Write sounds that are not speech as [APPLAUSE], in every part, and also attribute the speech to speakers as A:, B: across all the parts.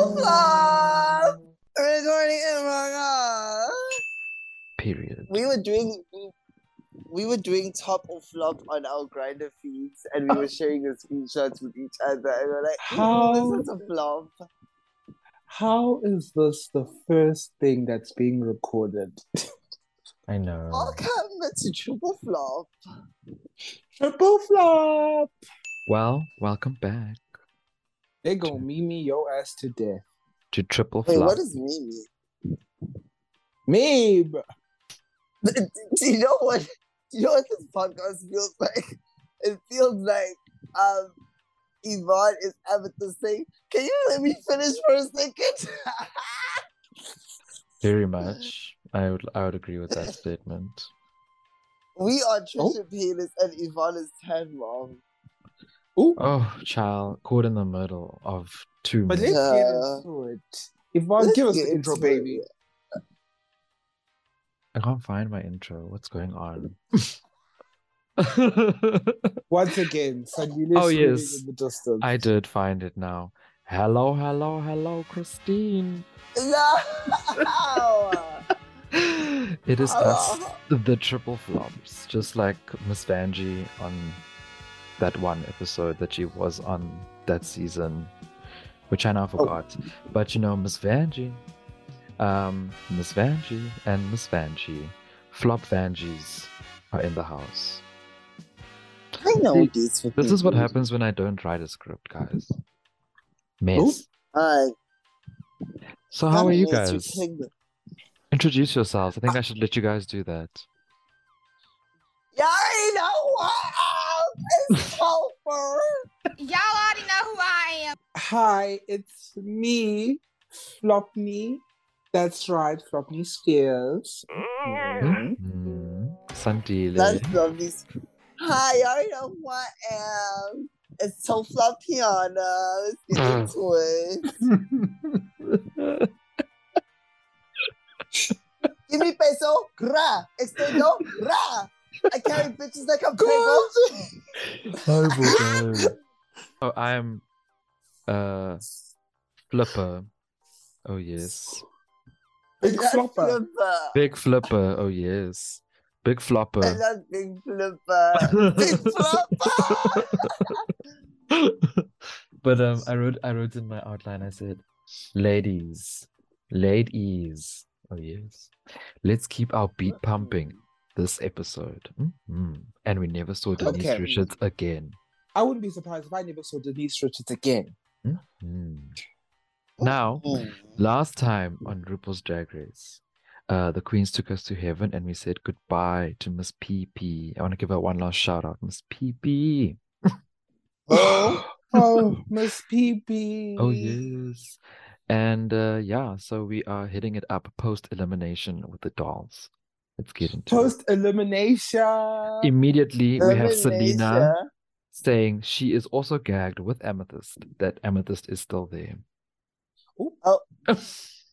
A: Tripula! Recording oh in Manga!
B: Period.
A: We were [LAUGHS] doing we were doing top of flop on our grinder feeds and we were sharing the screenshots with each other and we're like,
B: How-
A: "Ooh, this is a flop.
B: How is this the first thing that's being recorded?
C: I know.
A: Welcome to Triple Flop.
B: Triple flop.
C: Well, welcome back
B: They gonna mimi your ass to death.
C: to Triple
A: Wait,
C: Flop.
A: what is Mimi?
B: Me,
A: [LAUGHS] Do you know what do you know what this podcast feels like? [LAUGHS] It feels like um Yvonne is Amethyst saying, Can you let me finish for a second? [LAUGHS]
C: Very much. I would I would agree with
A: [LAUGHS]
C: that statement.
A: we are
B: Oh.
A: Trisha Paytas and Yvonne is Tan Mom.
C: Oh, child, caught in the middle of two.
B: but let's
C: men.
B: get
A: Yeah.
B: into it. Yvonne,
A: Let's
B: give us
A: get
B: the intro,
A: into it.
B: baby.
C: I can't find my intro. What's going
A: [LAUGHS]
C: on?
B: Once
A: [LAUGHS]
B: again, Sandile
C: Oh,
B: screaming
C: yes.
B: in the distance.
C: I did find it now. Hello, hello, hello, Christine.
A: [LAUGHS] No.
C: It is us,
A: Hello.
C: the triple flops, just like Miss Vanjie on that one episode that she was on that season, which I now forgot. But you know, Miss Vanjie, um, Miss Vanjie, and Miss Vanjie, flop Vanjies are in the house.
A: I know these.
C: This is what happens when I don't write a script, guys. Mess.
A: Alright.
C: So how are you
A: Dominoes,
C: guys?
A: you're killing me.
C: Introduce yourselves. I think I should let you guys do that.
A: Y'all already know what up. It's Topher.
D: Y'all already know who I am.
B: Hi, it's me, Flopney. That's right, Flopney Spears.
C: Mm-hmm. Mm. Sandile.
A: That's lovely. Hi, y'all already know who I am. It's Topher Piana. Let's get into it. Give me peso, gra. Extendo, gra. I carry bitches like I'm
B: Girl.
A: Prego.
C: oh, I'm uh flipper. Oh yes.
B: Big
A: Not
B: flopper.
A: flipper.
C: Big flipper. Oh yes. Big
A: I'm
C: flopper.
A: not big flipper.
C: [LAUGHS]
A: Big flipper.
C: but um I wrote I wrote in my outline I said ladies. Ladies. Oh yes. Let's keep our beat pumping this episode. Mhm. And we never saw Denise
B: Okay.
C: Richards again.
B: I wouldn't be surprised if I never saw Denise Richards again.
C: Mm. Now, last time on RuPaul's Drag Race, uh, the queens took us to heaven and we said goodbye to Miss PP. I want to give her one last shout out, Miss PP.
B: Oh, [LAUGHS] oh Miss PP.
C: [GASPS] Oh yes, and uh, yeah, so we are hitting it up post elimination with the dolls. Let's get into it.
B: Post elimination.
C: Immediately, we have Selena
A: Elimination.
C: saying she is also gagged with Amethyst. That Amethyst is still there.
B: Ooh.
A: Oh.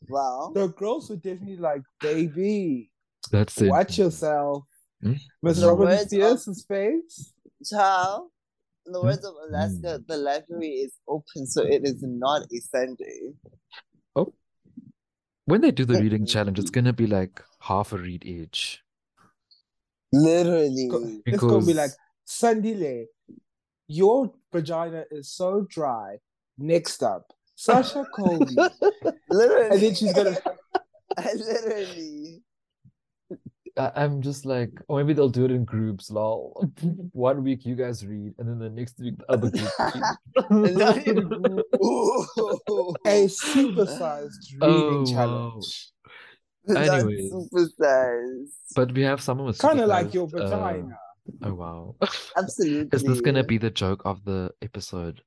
A: Wow.
B: The girls were definitely like, baby,
C: [LAUGHS] That's it.
B: watch yourself.
C: Hmm?
B: Miss
A: The
B: Robin
A: words
B: Spears' face.
A: Child, in the words of Alaska,
B: Mm.
A: the library is open, so it is not a Sunday.
C: When they do the reading challenge, it's gonna be like half a read each.
A: Literally.
B: It's gonna be like, Sandile, your vagina is so dry. Next up,
A: [LAUGHS]
B: Sasha Colby.
A: Literally.
B: and then she's gonna
A: [LAUGHS]
B: [LAUGHS]
A: Literally.
C: I- I'm just like, or maybe they'll do it in groups,
B: [LAUGHS]
C: lol. One week you guys read, and then the next week the other group
A: Not
C: read.
A: in a group. Ooh.
B: a
A: [LAUGHS]
B: supersized reading
C: Oh, wow.
B: challenge.
A: [LAUGHS] Not
C: Anyways.
A: supersized.
C: But we have someone with
B: Kind of like your
C: supersized,
B: vagina.
C: uh,
B: [LAUGHS]
C: oh wow!
A: Absolutely.
C: Is this gonna be the joke of the episode?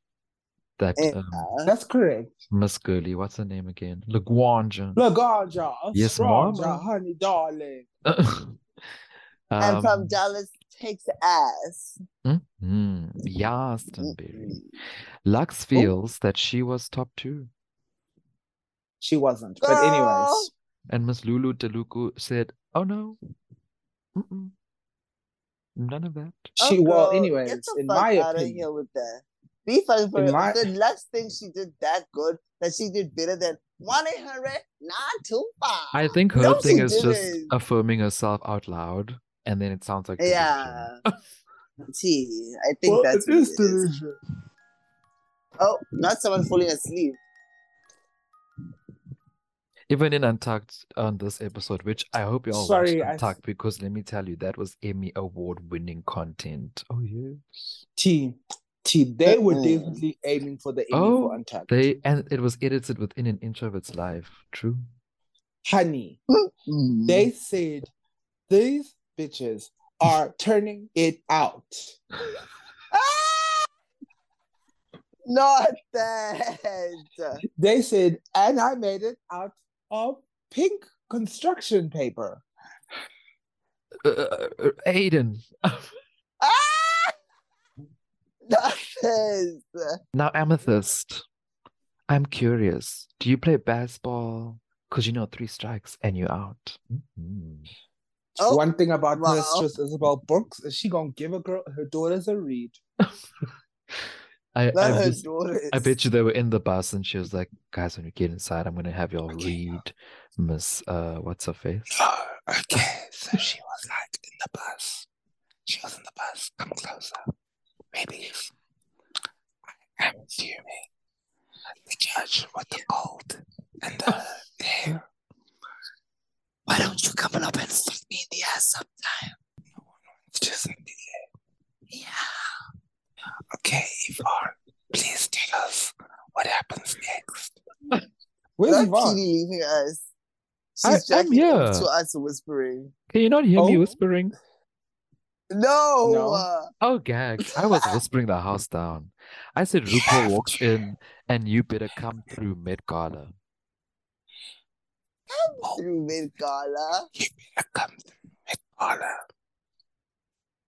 C: That
A: Eh,
C: um,
B: That's correct.
C: Miss Gurley, what's her name again? LaGuanja. [LAUGHS]
B: Laganja,
C: Yes,
B: Stranja,
C: mama.
B: honey, darling.
A: I'm from
C: Um,
A: Dallas, Texas.
C: mhm,
B: Mm-hmm.
C: Yaston Berry. Lux feels that she was top two.
B: She wasn't. But
A: Girl.
B: anyways,
C: And Miss Lulu Teluku said, "Oh no, Mm-mm. none of that."
B: she
A: Oh,
B: well,
A: girl,
B: anyways,
A: Get the
B: in
A: fuck
B: my
A: out of
B: opinion,
A: here with that. Be fucking for
B: In
A: real.
B: my-
A: The last thing she did that good that she did better than one eight hundred nine two five.
C: I think her
A: No, she
C: thing is just
A: didn't.
C: affirming herself out loud, and then it sounds like delusion. [LAUGHS]
A: Yeah. Gee, I think that's
B: it
A: what
B: is
A: it is.
B: delusion.
A: Oh, not someone falling asleep.
C: Even in Untucked on this episode, which I hope you all
B: Sorry,
C: watched
B: I s-
C: Untucked because let me tell you, that was Emmy Award winning content. Oh yes.
B: T. T. They were
A: Mm.
B: definitely aiming for the Emmy
C: Oh,
B: for Untucked.
C: They and it was edited within an inch of its life. True.
B: Honey,
C: Hmm.
A: Mm.
B: they said these bitches are turning it out.
A: not that.
B: They said, and I made it out of pink construction paper.
C: Uh, uh, uh, Aiden.
A: Not this.
C: Now Amethyst. I'm curious. Do you play basketball? Because you know three strikes and you're out. Mhm.
A: Oh,
B: One thing about
A: wow.
B: Mistress Isabel Brooks is she gonna give a girl her daughters a read.
C: I, I
A: Not her
C: just-
A: daughters.
C: I bet you they were in the bus and she was like, guys, when we get inside, I'm gonna have y'all read Miss uh what's her face?
B: okay, so she was like in the bus. She was in the bus. Come closer. Maybe I am fuming. The judge with the gold and the hair.
A: Why don't you come up and fuck me in the ass sometime?
B: Just
A: Yeah.
B: okay, Yvonne. Please tell us what happens next.
A: Not
B: Where's
A: Kitty
B: Yvonne?
A: leaving us.
C: I-
A: She's
C: I'm
A: jacking off
C: here.
A: to us whispering.
C: Can you not hear me
B: Oh.
C: whispering?
A: No.
B: No.
A: uh,
C: Oh gag. I was whispering the house down. I [LAUGHS] said
B: You
C: RuPaul
B: have
C: walks
B: to.
C: in and you better come through mid gala.
B: Oh.
A: Through mid gala.
B: You better come through with Paula.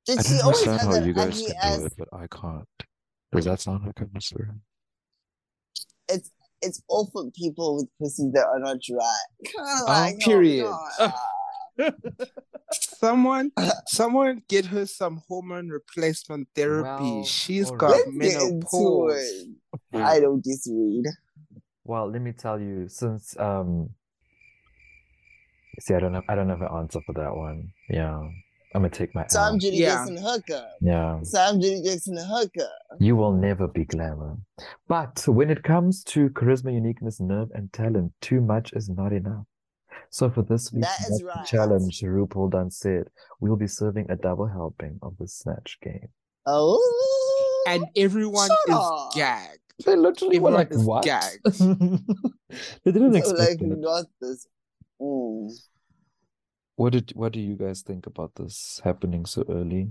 A: Did
C: I
A: she
C: don't
A: always
C: understand
A: have
C: how
A: that
C: you guys
A: ugly
C: can
A: ass?
C: do it, but I can't. Does that sound like I'm whispering?
A: It's all for people with pussy that are not dry. Kind of
C: Oh,
A: like, yo,
B: period.
A: no,
C: [LAUGHS]
A: uh,
B: [LAUGHS] Someone, someone, get her some hormone replacement therapy.
C: Well,
B: She's
C: all
B: got
C: right.
A: Let's get into
B: menopause.
A: it. I don't disagree.
C: Well, let me tell you, since um see I don't have I don't have an answer for that one. Yeah. I'm gonna take my
A: So I'm
C: L.
A: Judy
B: Yeah.
A: Jackson Hooker.
C: Yeah.
A: So I'm Judy Jackson Hooker.
C: You will never be glamour. But when it comes to charisma, uniqueness, nerve, and talent, too much is not enough. So for this week's
A: That is
C: Snatch
A: right.
C: challenge, RuPaul done said, we'll be serving a double helping of the Snatch game.
A: Oh.
B: And everyone
A: Shut
B: is
A: up.
B: gagged.
C: They literally
B: were Everyone like, is "What?" gagged.
C: [LAUGHS] they didn't
A: so like
C: expect it.
A: not this. Mm.
C: What did what do you guys think about this happening so early?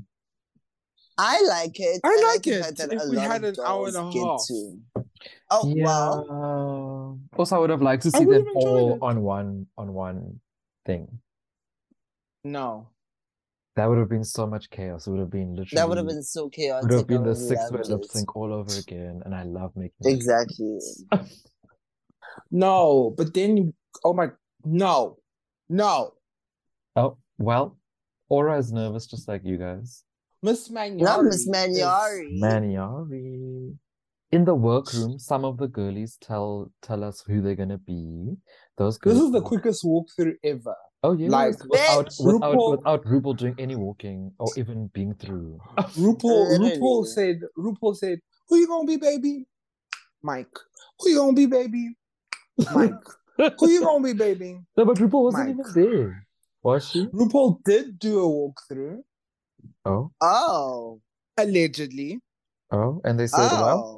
A: I like it.
B: I
A: and
B: like
A: think
B: it.
A: that
B: If
A: a
B: we
A: lot
B: had
A: of
B: an hour and
A: dolls
B: a
A: get
B: half.
A: to. Oh
C: Yeah.
A: well,
C: Also, I would have liked to
B: I
C: see
B: would
C: them
B: have enjoyed
C: all
B: it.
C: on one on one thing.
B: No.
C: That would have been so much chaos. It would have been literally
A: that would have been so chaotic.
C: would have
A: I
C: been the
A: would've
C: six way
A: loved
C: lip
A: it.
C: sync all over again, and I love making lip sync.
A: Exactly.
B: No. But then you oh my no. No.
C: Oh well, Aura is nervous just like you guys.
B: Miss Maniari.
A: Not Miss
B: is-
A: Maniari.
C: Maniari. In the workroom, some of the girlies tell tell us who they're gonna be. Those girls.
B: This is the quickest walkthrough ever.
C: Oh yeah,
B: like,
C: without
A: Bitch!
C: without
B: RuPaul-
C: without RuPaul doing any walking or even being through.
B: RuPaul RuPaul
A: Literally.
B: said RuPaul said, Who you gonna be, baby? Mike. Who you gonna be, baby? Mike. [LAUGHS] Who you gonna be, baby?
C: No, but RuPaul wasn't
B: Mike.
C: even there. Was she?
B: RuPaul did do a walkthrough,
C: Oh,
A: Oh.
B: allegedly.
C: oh, and they said,
A: Oh.
C: well,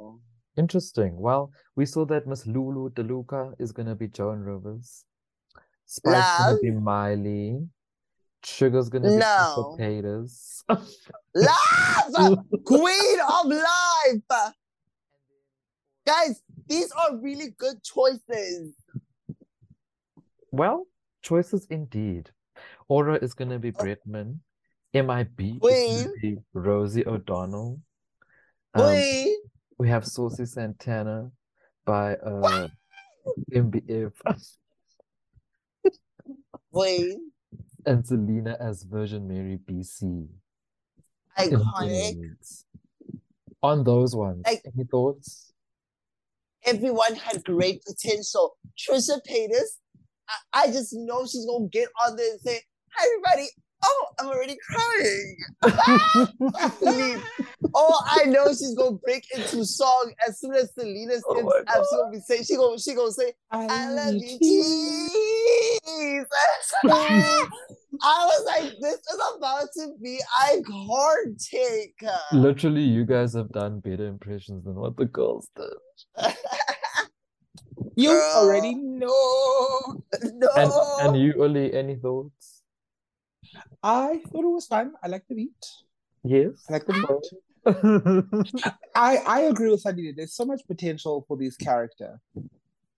C: Interesting. Well, we saw that Miss Lulu DeLuca is gonna be Joan Rivers. Spike's gonna
A: Love.
C: be Miley. Sugar's gonna be Crystal
A: No.
C: Potatoes.
A: Love! Queen of life! Guys, these are really good choices.
C: Well, choices indeed. Aura is gonna be Bretman. MIB is gonna
A: Uh, Queen.
C: be Rosie O'Donnell. Um,
A: Queen,
C: we have Saucy Santana by uh MBF
A: queen,
C: and Selena as Virgin Mary BC.
B: [LAUGHS]
A: iconic.
C: Influence. on those ones.
A: Like-
C: Any thoughts?
A: Everyone had great potential. Trisha Paytas, I, I just know she's gonna get on there and say, "Hi, everybody." Oh, I'm already crying.
B: [LAUGHS]
A: Leave. Oh, I know she's gonna break into song as soon as Selena
B: Oh
A: sings
B: my
A: up. She gonna be saying she gonna she gonna say, I love you, Jesus. [LAUGHS] I was like, this is about to be
B: Uh.
A: iconic.
C: Literally, you guys have done better impressions than what the girls did.
B: You
A: Girl.
B: already know.
A: no,
C: And
B: Oh.
C: and you, Uli, any thoughts?
B: I thought it was fun. I like the beat.
C: Yes.
B: I
C: [LAUGHS]
B: like the beat. I, I agree with Sandy. There's so much potential for this character.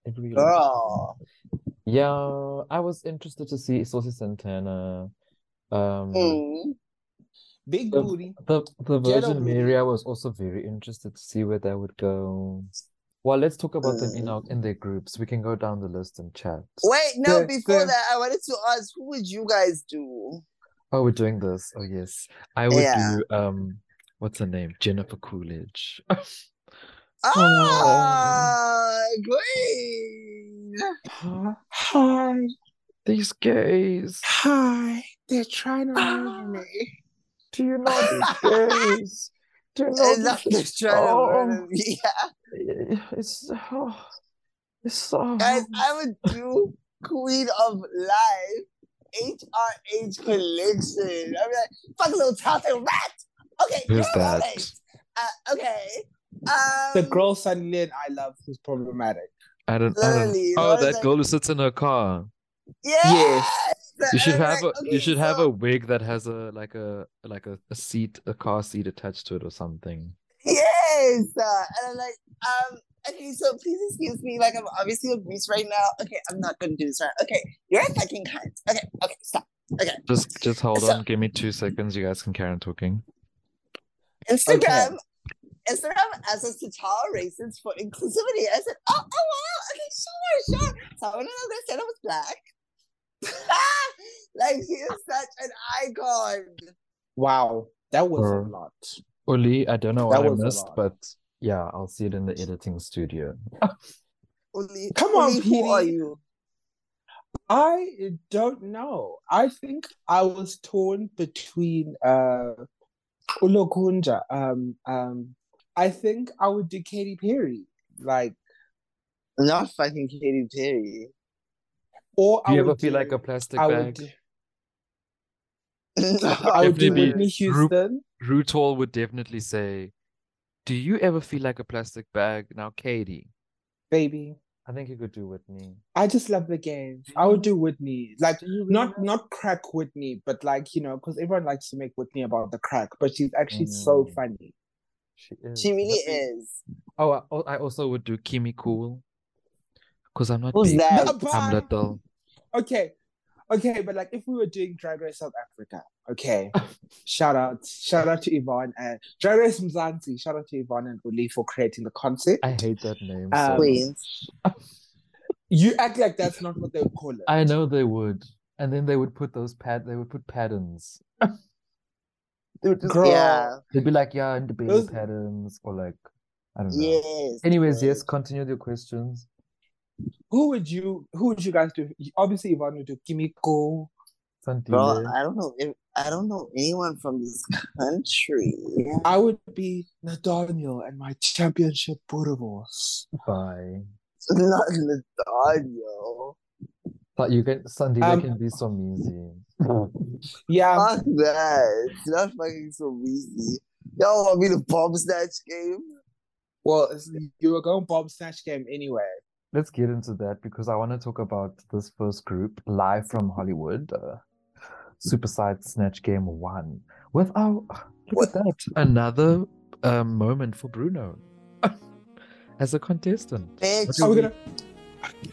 B: uh.
A: girl.
C: Yeah, I was interested to see Saucy Santana. Um,
A: Mm.
B: Big
C: Um,
B: booty.
C: the the
B: Hmm. Get
C: Virgin
B: over it.
C: Mary. I was also very interested to see where that would go. Well, let's talk about them
B: Hmm.
C: in our in their groups. We can go down the list and chat.
A: Wait, no.
B: Good,
A: before
B: good.
A: that, I wanted to ask, who would you guys do?
C: Oh, we're doing this. Oh yes, I would
A: Yeah.
C: do. Um, what's her name? Jennifer Coolidge.
A: Ah, great.
B: Hi.
C: [LAUGHS] These gays.
B: Hi. They're trying
A: Ah.
B: to murder me.
C: Do you know these gays?
A: [LAUGHS]
C: Do you know
A: And that's
C: these-
A: just trying
C: Oh,
A: to murder me. [LAUGHS]
C: It's oh, it's so. [LAUGHS]
A: Guys, I would do Queen of Life, HRH Collection. I'm like, fuck little Tata rat. Okay,
C: Who's
A: you're
C: that?
A: right. Uh, okay. Um,
B: The girl Sandy and I love who's problematic.
C: I don't. I don't.
A: Literally.
C: Oh,
A: what is
C: that girl who sits in her car.
A: Yes.
C: You should
A: And I'm
C: have a
A: like,
C: you
A: okay,
C: should have
A: so-
C: a wig that has a like a like a, a seat a car seat attached to it or something.
A: Yes. Uh, and I'm like, um, okay, so please excuse me. Like, I'm obviously obese right now. Okay, I'm not gonna do this right. Okay, you're a fucking cunt. Okay, okay, stop.
C: Just just hold
A: So-
C: on, give me two seconds. You guys can carry on talking.
A: Instagram. Instagram asked us to tolerate races for inclusivity. I said, oh, oh, wow, okay, sure, sure. Someone in there said I was black. [LAUGHS] like, he is such an icon.
B: Wow. That was a
C: Girl.
B: lot.
C: Oli, I don't know
B: That
C: what I
B: was a
C: missed,
B: lot.
C: but yeah, I'll see it in the editing studio.
A: Uli,
B: Come on,
A: Uli, who
B: PD.
A: are you?
B: I don't know. I think I was torn between uh Ulokunja. Um um I think I would do Katy Perry. Like
A: Not fucking Katy
C: [LAUGHS]
A: Perry.
B: or
C: Do
B: I
C: you ever
B: would
C: feel
B: do,
C: like a plastic
B: I would
C: bag?
B: do, I
A: I
B: would do
C: Definitely
B: Whitney
C: group-
B: Houston.
C: Rutol would definitely say, "Do you ever feel like a plastic bag?" Now, Katie,
B: Baby.
C: I think you could do Whitney.
B: I just love the game. I would do Whitney. Like
C: Do you really
B: not
C: know?
B: not crack Whitney, but like, you know, because everyone likes to make Whitney about the crack, but she's actually so
C: Mm.
B: funny.
C: She is.
A: She really
C: Nothing-
A: is.
C: Oh, I, oh, I also would do Kimi Cool, because I'm not
A: Who's
C: big.
A: that?
B: No,
C: I'm
B: bye.
C: little.
B: Okay. Okay, but like if we were doing Drag Race South Africa,
C: [LAUGHS]
B: okay. shout out. Shout out to Yvonne and Drag Race Mzansi. Shout out to Yvonne and Uli for creating the concept.
C: I hate that name.
B: Um,
C: so
A: Queen.
B: you act like that's not what they would call it.
C: I know they would. And then they would put those pad they would put patterns. [LAUGHS]
B: Girl.
A: Yeah.
C: They'd be like, yeah, and the baby
B: Those-
C: patterns or like I don't know.
A: Yes.
C: Anyways,
A: girl.
C: yes, continue with your questions.
B: Who would you who would you guys do? Obviously Yvonne would do Kimiko.
A: Girl,
C: Santile.
A: I don't know. If, I don't know anyone from this country.
B: I would be Nathaniel and my championship Burgos.
C: Bye.
A: Not Nathaniel.
C: But you can Santile
B: Um,
C: can be so easy.
B: [LAUGHS] Yeah,
A: Fuck that. It's not fucking so easy. Y'all want me to bomb snatch game?
B: well, it's- you were going Bob Snatch Game anyway.
C: Let's get into that because I want to talk about this first group live from Hollywood. Uh, Superside Snatch Game 1. With our look
A: What?
C: at that. Another um, moment for Bruno [LAUGHS] as a contestant.
A: Bitch.
B: Are we gonna?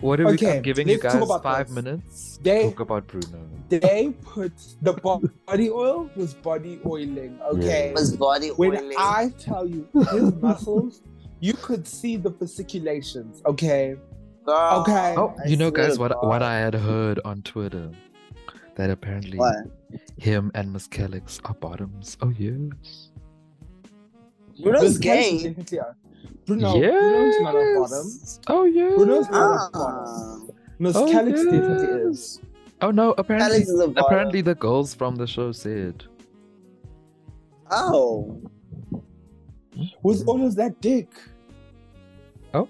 C: What are we
B: Okay,
C: I'm giving you
B: let's talk
C: guys
B: about
C: five
B: this.
C: minutes?
B: They-
C: talk about Bruno.
B: They put the bo- body oil was body oiling. Okay,
C: Yeah.
A: was body
B: when
A: oiling.
B: I tell you his muscles, you could see the fasciculations. Okay,
A: Girl,
B: Okay.
C: Oh,
A: I
C: you know,
A: swear
C: guys,
A: to
C: what
A: God.
C: what I had heard on Twitter that apparently
A: What?
C: him and Miss Kellex are bottoms. Oh yeah.
A: Bruno's
B: Bruce Willis
A: gay.
B: definitely a- Bruno, Bruno's not a bottom.
C: Yes. Oh yeah.
B: Bruno's not a bottom.
A: Ah,
B: Miss
C: Oh,
B: Calix definitely
C: yes.
B: is.
C: Oh no! Apparently,
A: Alex is a bottom.
C: apparently the girls from the show said.
A: Oh.
B: With all of that dick.
C: Mm-hmm. Oh.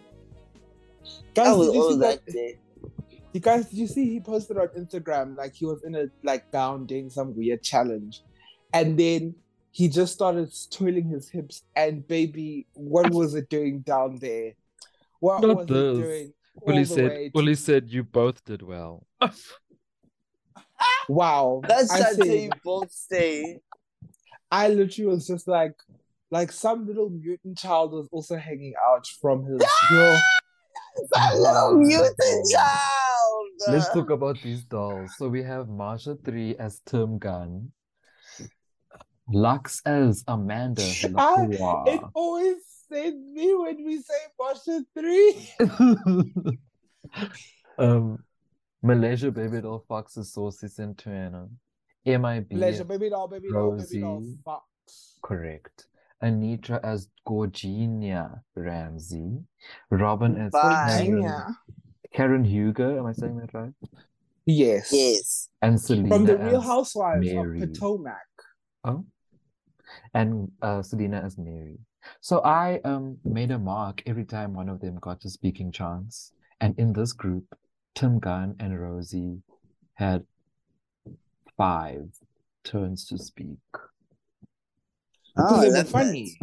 B: Guys,
A: That was
B: did you
A: all
B: see
A: that
B: that?
A: day.
B: You guys, did you see he posted on Instagram like he was in a like gown doing some weird challenge, and then he just started twirling his hips. And baby, what was it doing down there? What
C: Not
B: was it
C: this.
B: doing? all
C: Willie
B: the
C: said.
B: way to-
C: Willie said you both did well.
B: "Wow,
A: That's
B: I
A: that
B: said-
A: day you both
C: [LAUGHS]
A: stay.
B: I literally was just like, like some little mutant child was also hanging out from
A: [LAUGHS]
B: his girl.
A: That little mutant child.
C: Let's talk about these dolls. So we have Marsha 3 as Tim Gunn, Lux as Amanda
B: It
C: Lacroix,
B: always said me when we say Marsha three.
C: [LAUGHS] um, Malaysia Baby Doll Fox as Saucy Centeno, MIB,
B: Pleasure, baby doll, baby doll, baby doll.
C: Rosie.
B: Fuck.
C: correct, Anitra as Gorginia Ramsey, Robin as
A: Bye.
C: Karen, Karen Hugo, am I saying that right?
B: Yes.
A: Yes.
C: And Selena
B: From the Real
C: as-
B: Housewives
C: Mary.
B: of Potomac.
C: Oh. And uh, Selena as Mary. So I um made a mark every time one of them got a speaking chance. And in this group, Tim Gunn and Rosie had five turns to speak.
B: Because they
A: Oh, I
B: were
A: love
B: funny.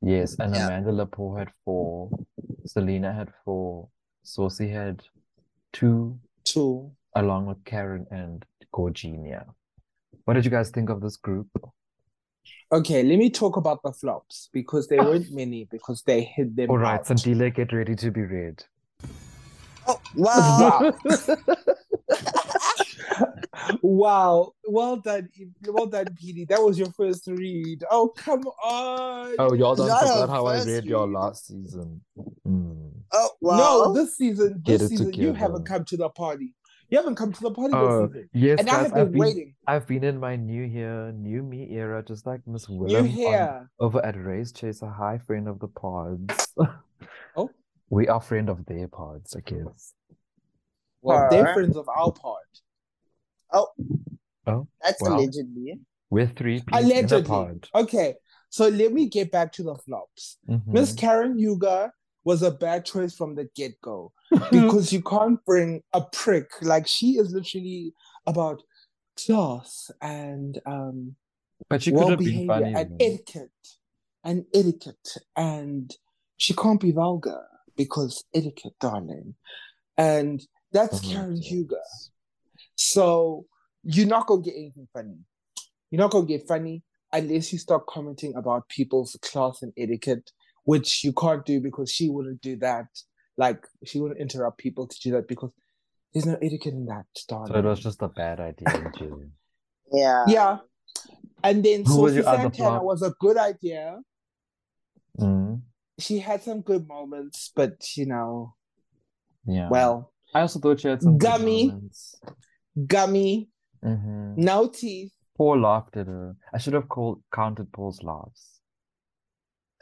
C: Yes, and
A: Yeah.
C: Amanda Lepore had four. Selena had four. Saucy had two,
B: Two.
C: along with Karen and Gorginia. What did you guys think of this group?
B: Okay, let me talk about the flops because there weren't many because they hid them.
C: All right,
B: out.
C: Santile, get ready to be read.
A: that. Oh,
B: [LAUGHS]
A: wow.
B: [LAUGHS] Wow. wow. Well done. Eve- Well done, PD. That was your first read. Oh, come on.
C: Oh, y'all
A: done
C: done
A: Y'all forgot are
C: forgot
A: how
C: how
A: I
C: I
A: first
C: read
A: read
C: your
A: y'all
C: last season.
A: Oh, wow.
B: No, this season,
C: Get
B: this
C: it
B: season, you
C: together.
B: haven't come to the party. You haven't come to the party
C: Oh,
B: this season.
C: yes,
B: And I
C: guys,
B: have been
C: I've been
B: waiting.
C: I've been in my new year, new me era, just like Miss
B: You
C: Willem on-
B: here.
C: over at Race Chase, a high friend of the pods. [LAUGHS]
B: Oh.
C: we are friend of their pods, I guess.
B: Well, they're
A: Alright.
B: friends of our part.
A: That's
C: Wow.
A: allegedly.
C: We're three people in the
B: Allegedly.
C: pod.
B: Okay. So let me get back to the flops.
C: Mm-hmm.
B: Miss Karen Yuga was a bad choice from the get go.
C: [LAUGHS]
B: because you can't bring a prick like she is literally about class and um
C: but you could
B: well
C: have been
B: behavior
C: funny.
B: and
C: man.
B: etiquette and etiquette and she can't be vulgar because etiquette darling and that's
C: Oh my
B: Karen
C: days.
B: Huger so you're not gonna get anything funny you're not gonna get funny unless you start commenting about people's class and etiquette which you can't do because she wouldn't do that like she wouldn't interrupt people to do that because there's no etiquette in that darling
C: So it was just a bad idea. in general.
A: Yeah.
B: yeah. And then
C: Who was
B: Sophie
C: your other
B: Santana
C: flop?
B: was a good idea.
C: Mm,
B: She had some good moments, but you know,
C: yeah.
B: well,
C: I also thought she had some good
B: Gummy.
C: moments.
B: gummy,
C: Mhm.
B: no teeth.
C: Paul laughed at her. I should have called counted Paul's laughs.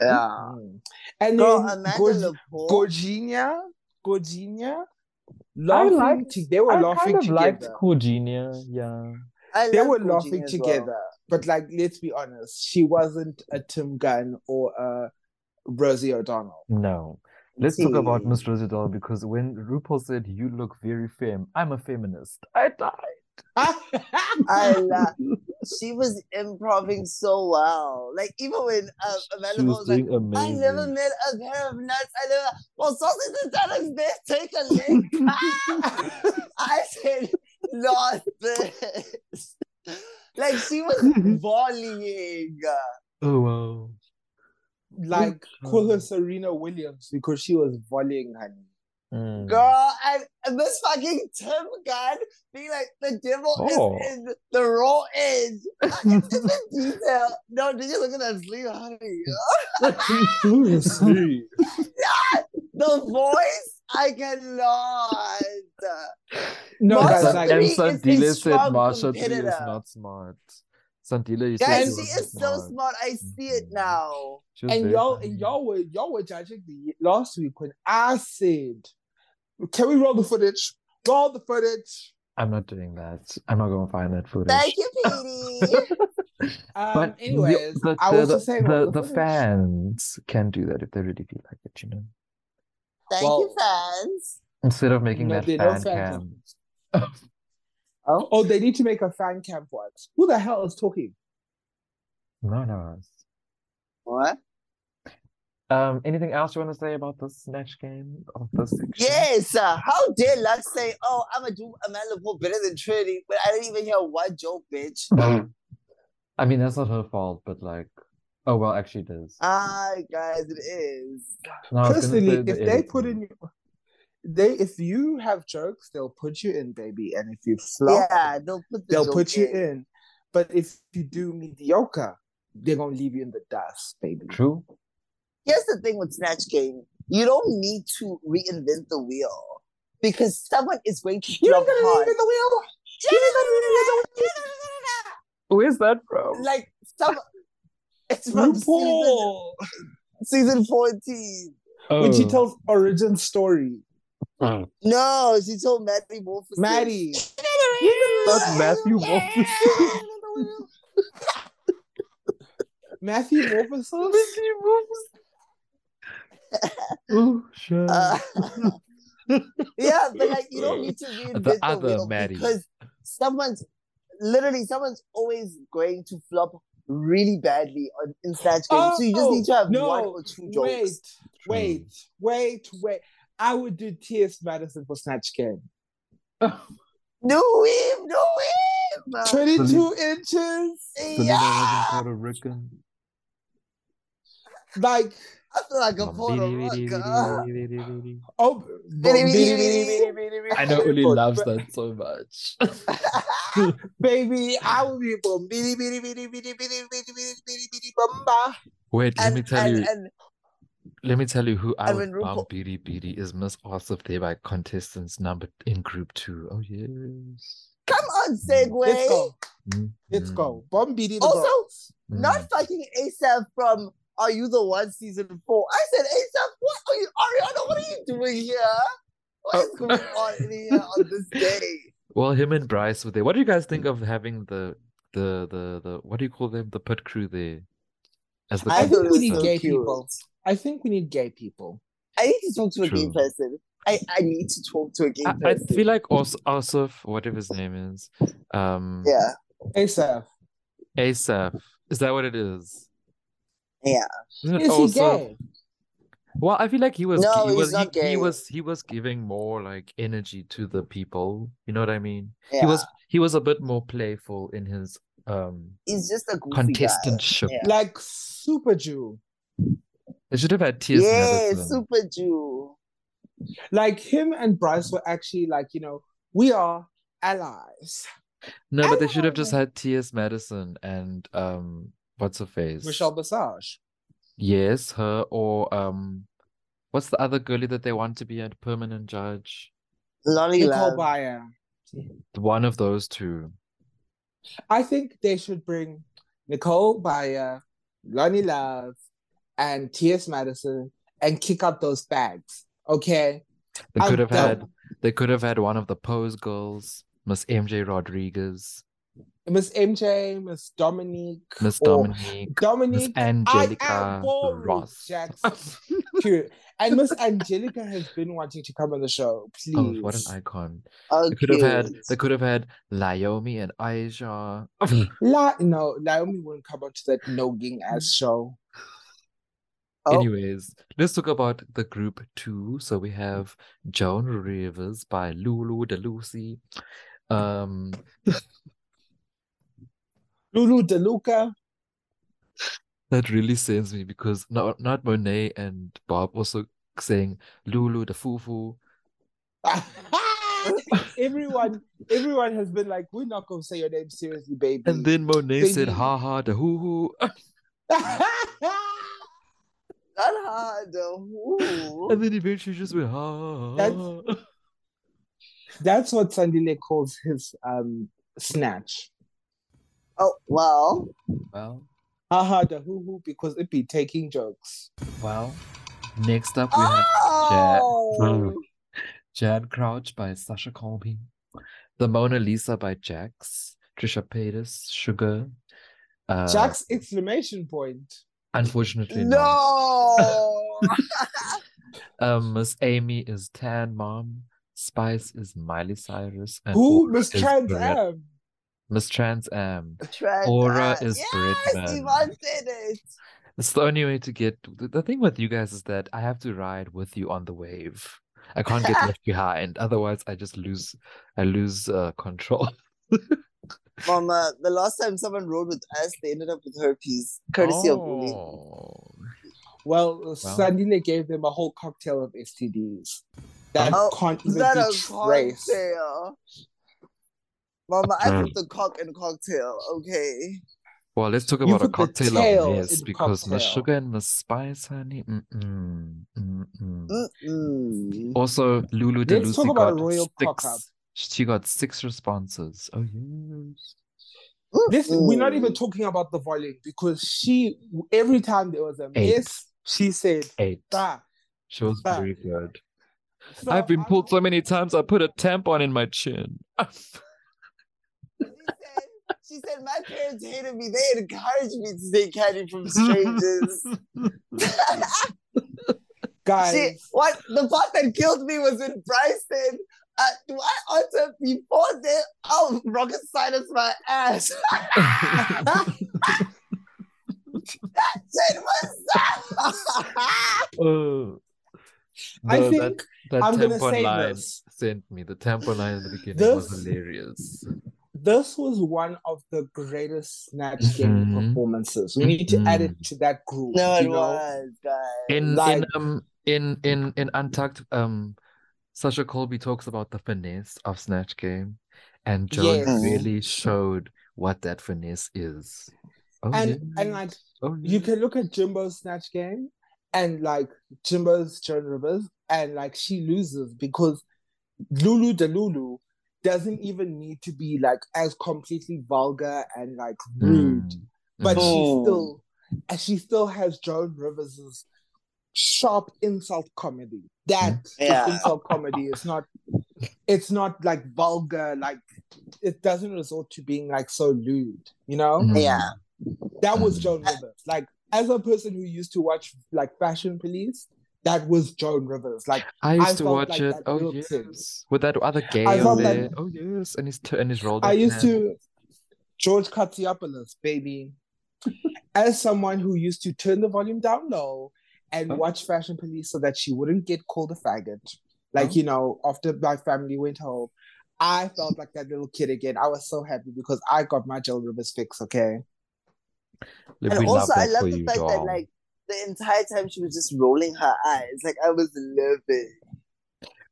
A: Yeah.
B: Mm-hmm. And
A: Girl,
B: then
A: Amanda
B: Gorg-
A: Lepore.
B: Gorginia, Gorginia, laughing.
C: liked-
B: to- they were
C: I
B: laughing
C: kind of liked
B: together.
C: Corginia. Yeah.
A: I
B: They
A: love
B: were
A: Cool
B: laughing
A: Genie as well.
B: together, but like, let's be honest, she wasn't a Tim Gunn or a Rosie O'Donnell. [LAUGHS]
C: No. Let's talk about
A: See.
C: Miss Rosedal because when RuPaul said, You look very femme, I'm a feminist. I died. [LAUGHS]
A: I love. She was improving so well. Like even when uh, Amanda
C: She was
A: was like,
C: doing amazing.
A: "I never met a pair of nuts. I never." Well, something to tell us this. Take a lick.
C: [LAUGHS]
A: [LAUGHS] I said, "Not this." [LAUGHS] like she
C: [LAUGHS]
A: was volleying.
C: Oh, wow.
B: like call her Serena Williams because she was volleying honey.
C: [LAUGHS] Mm.
A: Girl, and, and this fucking Tim Gunn being like, the devil
C: Oh.
A: is in the raw edge. Look into the [LAUGHS] detail. No, did you look at that sleeve, honey? The voice, I cannot.
B: no,
A: Marsha
B: guys,
C: Sa-
B: like
A: Three
C: and
A: is a
C: Sandile said
A: strong
C: Marsha 3 is
A: competitor.
C: not smart. Santila, you
A: Guys,
B: And-
C: said
A: she
C: was
A: is so
C: smart.
A: smart. I see it now.
C: She was
B: And
C: very
B: y'all
C: funny.
B: and y'all were y'all were judging me last week when I said, "Can we roll the footage? Roll the footage."
C: I'm not doing that. I'm not gonna find that footage.
A: Thank you,
C: [LAUGHS]
A: Petey.
B: Um,
C: but you-
B: anyways,
C: the,
B: I
C: the-
B: was
C: the,
B: just saying
C: the,
B: roll
C: the
B: footage.
C: fans can do that if they really feel like it, you know.
A: Thank you, fans.
C: Instead of making
B: No,
C: that
B: they don't
C: fan
B: fan
C: cam,
B: Oh, oh, they need to make a fan cam for it. Who the hell is talking?
C: no, no. it's-
A: What?
C: Um, anything else you want to say about this snatch game of this section?
A: Yes. Uh, how dare Lux say, oh, I'm going to do Amanda Paul better than Trinity, but I didn't even hear one joke, bitch.
C: I mean, that's not her fault, but like, oh well, actually, it is.
A: Ah, guys, it is.
C: No, I was gonna
B: Uh, Personally,
C: say
B: if
C: the
B: they put
C: editing.
B: in, they if you have jokes, they'll put you in, baby. And if you flop,
A: Yeah, they'll put the
B: they'll
A: joke
B: put you in. But if you do mediocre, they're gonna leave you in the dust, baby.
C: true,
A: Here's the thing with Snatch Game you don't need to reinvent the wheel because someone is going to
B: You're not
A: drop
B: gonna leave
A: hard.
B: in the wheel. You're not gonna leave in the wheel.
C: where's that from?
A: Like, some. It's from season,
B: RuPaul.
A: season 14.
B: When she
C: Oh.
B: tells origin story,
A: No, she told Maddie Wolf.
B: Maddie.
C: That's Matthew
B: Matthew Morphosis.
C: Oh
B: [LAUGHS]
C: shit! [LAUGHS]
A: Uh, yeah, but like you don't need to
C: The
A: reinvent
C: other
A: wheel
C: Maddie.
A: because someone's literally someone's always going to flop really badly on in snatch game. so you just need to have one
B: Oh, no,
A: or two jokes.
B: wait, wait, wait, wait. I would do T.S. Madison for Snatch Game.
A: Do him, do him.
B: 22 inches.
A: Yeah,
C: Puerto Rican.
B: Like,
A: I feel like a oh Puerto Rican.
C: I
B: oh,
A: I
C: know
A: [LAUGHS]
C: Uli loves
B: that.
C: that so much.
B: Baby, I would be for bitty, bitty, bitty, bitty, bitty, bitty, bitty, bitty, bitty, bumba.
C: Wait, let
A: And,
C: me tell
A: and,
C: you.
A: and
C: Let me tell you who I
A: and
C: would
A: when RuPaul-
C: bump. Biri Biri is Miss Asif Deva contestants number in group two. Oh yes.
A: come on, segue.
B: Let's go.
C: Mm,
B: Let's
C: mm,
B: go. Bum bitty the
A: Also,
B: girls.
C: mm.
A: Not fucking ASAP from Are You the One season four. I said ASAP, what are you, Ariana? What are you doing here?
C: Oh.
A: What is going on in here on
C: [LAUGHS]
A: this day?
C: Well, him and Bryce were there. What do you guys think of having the the the the what do you call them? The pit crew there as the
A: I
B: I
A: thought
B: think
A: it was
B: we need
A: so
B: gay
A: cute.
B: people. I think we need gay people.
A: I need to talk to a gay
C: True.
A: person. I, I need to talk to a gay
C: I, I
A: person.
C: feel like also Asif, whatever his name is, um,
A: yeah,
B: ASAP.
C: [LAUGHS] Asaf. Is that what it is?
A: Yeah.
C: Isn't it
B: Is he
C: Asaf?
B: gay?
C: Well, I feel like he was
A: No,
C: he
A: he's
C: was he,
A: not
C: he
A: gay.
C: was he was giving more like energy to the people. You know what I mean?
A: yeah.
C: He was he was a bit more playful in his um
A: He's just a goofy guy.
C: contestantship.
A: Yeah.
B: Like super Jew.
C: They should have had T.S.
A: Yeah,
C: Madison.
A: super Jew.
B: Like him and Bryce were actually like, you know, we are allies.
C: No, but they should have just had T.S. Madison and um, what's her face?
B: Michelle Basage.
C: Yes, her or um, what's the other girlie that they want to be a permanent judge?
A: Lolly
B: Nicole
A: love.
B: Byer.
C: One of those two.
B: I think they should bring Nicole Byer, Lonnie Love, and T.S. Madison and kick out those bags. Okay?
C: They
B: I'm
C: could have had.
B: done.
C: They could have had one of the pose girls, Miss M.J. Rodriguez,
B: Miss MJ, Miss Dominique,
C: Miss
B: or
C: Dominique, Miss
B: oh, Dominique
C: Angelica
B: am for
C: Ross.
B: Jackson. Cute. And Miss Angelica has been wanting to come on the show.
C: Oh,
B: Please.
C: what an icon!
A: Oh,
C: They could have had.
A: cute.
C: They could have had Laomi and Aisha.
B: La- no, Naomi wouldn't come on to that nogging ass show.
A: Oh.
C: Anyways, let's talk about the group two. So we have Joan Rivers by Lulu DeLucy. Um,
B: Lulu DeLuca.
C: that really sends me because not not Monet and Bob also saying Lulu the Fufu.
B: [LAUGHS] everyone, everyone has been like, we're not gonna say your name seriously, baby.
C: And then Monet said
B: Baby.
C: ha ha the hoo hoo.
B: [LAUGHS]
A: Not hard.
C: [LAUGHS]
B: Oh.
A: Ooh.
C: And then eventually she just went ha ha. ha, ha."
B: That's what Sandile calls his um snatch.
A: Oh well.
C: Well,
B: Haha, the hoo hoo, because it be taking jokes.
C: well. Next up, we had
A: Oh.
C: Jad Crouch by Sasha Colby, The Mona Lisa by Jax, Trisha Paytas, Sugar. Uh,
B: Jack's exclamation point.
C: Unfortunately, no.
A: No.
C: Um, Miss Amy is Tan Mom. Spice is Miley Cyrus. And
B: Who?
C: Aura
B: Miss
C: is
B: Trans
C: Brit-
B: Am.
C: Miss Trans Am.
A: Trent,
C: Aura
A: uh,
C: is
A: yes,
C: Britman.
A: Yvonne did it.
C: It's the only way to get. The, the thing with you guys is that I have to ride with you on the wave. I can't get left behind. Otherwise, I just lose. I lose uh, control.
A: Mama, the last time someone rode with us, they ended up with herpes, courtesy of bullying.
C: Oh.
B: Well, Sandile gave them a whole cocktail of STDs that
A: Oh,
B: can't even
A: Not
B: be
A: a
B: traced.
A: cocktail. Mama, I put the cock in cocktail, okay?
C: Well, let's talk
B: You
C: about a
B: put the
C: cocktail
B: tail
C: of mess
B: in
C: because Miss
B: cocktail.
C: Sugar and Miss Spice, honey. Mm-mm, mm-mm.
A: Mm-mm.
C: Also, Lulu
B: Mm. Let's talk
C: DeLucy
B: about a
C: got
B: royal cock up.
C: six. She got six responses. Oh yes.
B: Oh, This
A: Mm-mm.
B: we're not even talking about the volume because she every time there was a
C: Eight.
B: miss, she said
C: Eight.
B: bah.
C: She was
B: Bah.
C: very good.
B: So
C: I've been
B: I'm-
C: pulled so many times. I put a tampon in
B: [LAUGHS]
C: my chin.
A: She said, she said, my parents hated me. They encouraged me to take candy from strangers.
B: guys.
A: She, what the part that killed me was when Bryce said, uh, "Do I answer before they oh rocket science my ass?" [LAUGHS] that shit was.
C: Oh.
B: I
C: No,
B: think
C: that, that
B: I'm gonna
C: tampon
B: say
C: line
B: this.
C: sent me. The tampon line in the beginning was
B: This-
C: hilarious.
B: This was one of the greatest snatch game
C: Mhm.
B: performances. We need to add
C: Mm-hmm.
B: it to that group.
A: no,
B: you
A: it
B: know?
A: was, guys.
C: in in
B: Like-
C: um in in in Untucked, um, Sasha Colby talks about the finesse of Snatch Game, and Joan
B: Yes.
C: really showed what that finesse is. Oh,
B: And- and, like,
C: yes. oh,
B: you
C: yes.
B: can look at Jimbo's snatch game and like Jimbo's Joan Rivers, and like she loses because Lulu Delulu doesn't even need to be like as completely vulgar and like rude,
C: Mm,
B: but
C: mm.
B: she
A: Mm.
B: still and she still has Joan Rivers's sharp insult comedy. That is
A: Yeah.
B: insult comedy is not it's not like vulgar, like it doesn't resort to being like so lewd, you know?
C: Mm.
A: Yeah.
B: That was
C: Mm.
B: Joan Rivers. Like as a person who used to watch like Fashion Police, that was Joan Rivers. Like
C: I used
B: I
C: to
B: felt
C: watch
B: like
C: it.
B: that
C: Oh
B: milked him.
C: yes, with that other gay
B: I
C: on
B: felt like-
C: there. Oh yes, and his t- and his rolled
B: I
C: up
B: used
C: pants.
B: to George Katiopoulos, baby. as someone who used to turn the volume down low and
C: Oh.
B: watch Fashion Police so that she wouldn't get called a faggot, like
C: Oh.
B: you know, after my family went home, I felt like that little kid again. I was so happy because I got my Joan Rivers fix. Okay,
C: Look,
A: And
C: we love
A: also, I
C: that
A: love
C: for
A: the
C: you,
A: fact that
C: doll.
A: like the entire time she was just rolling her eyes. Like I was living.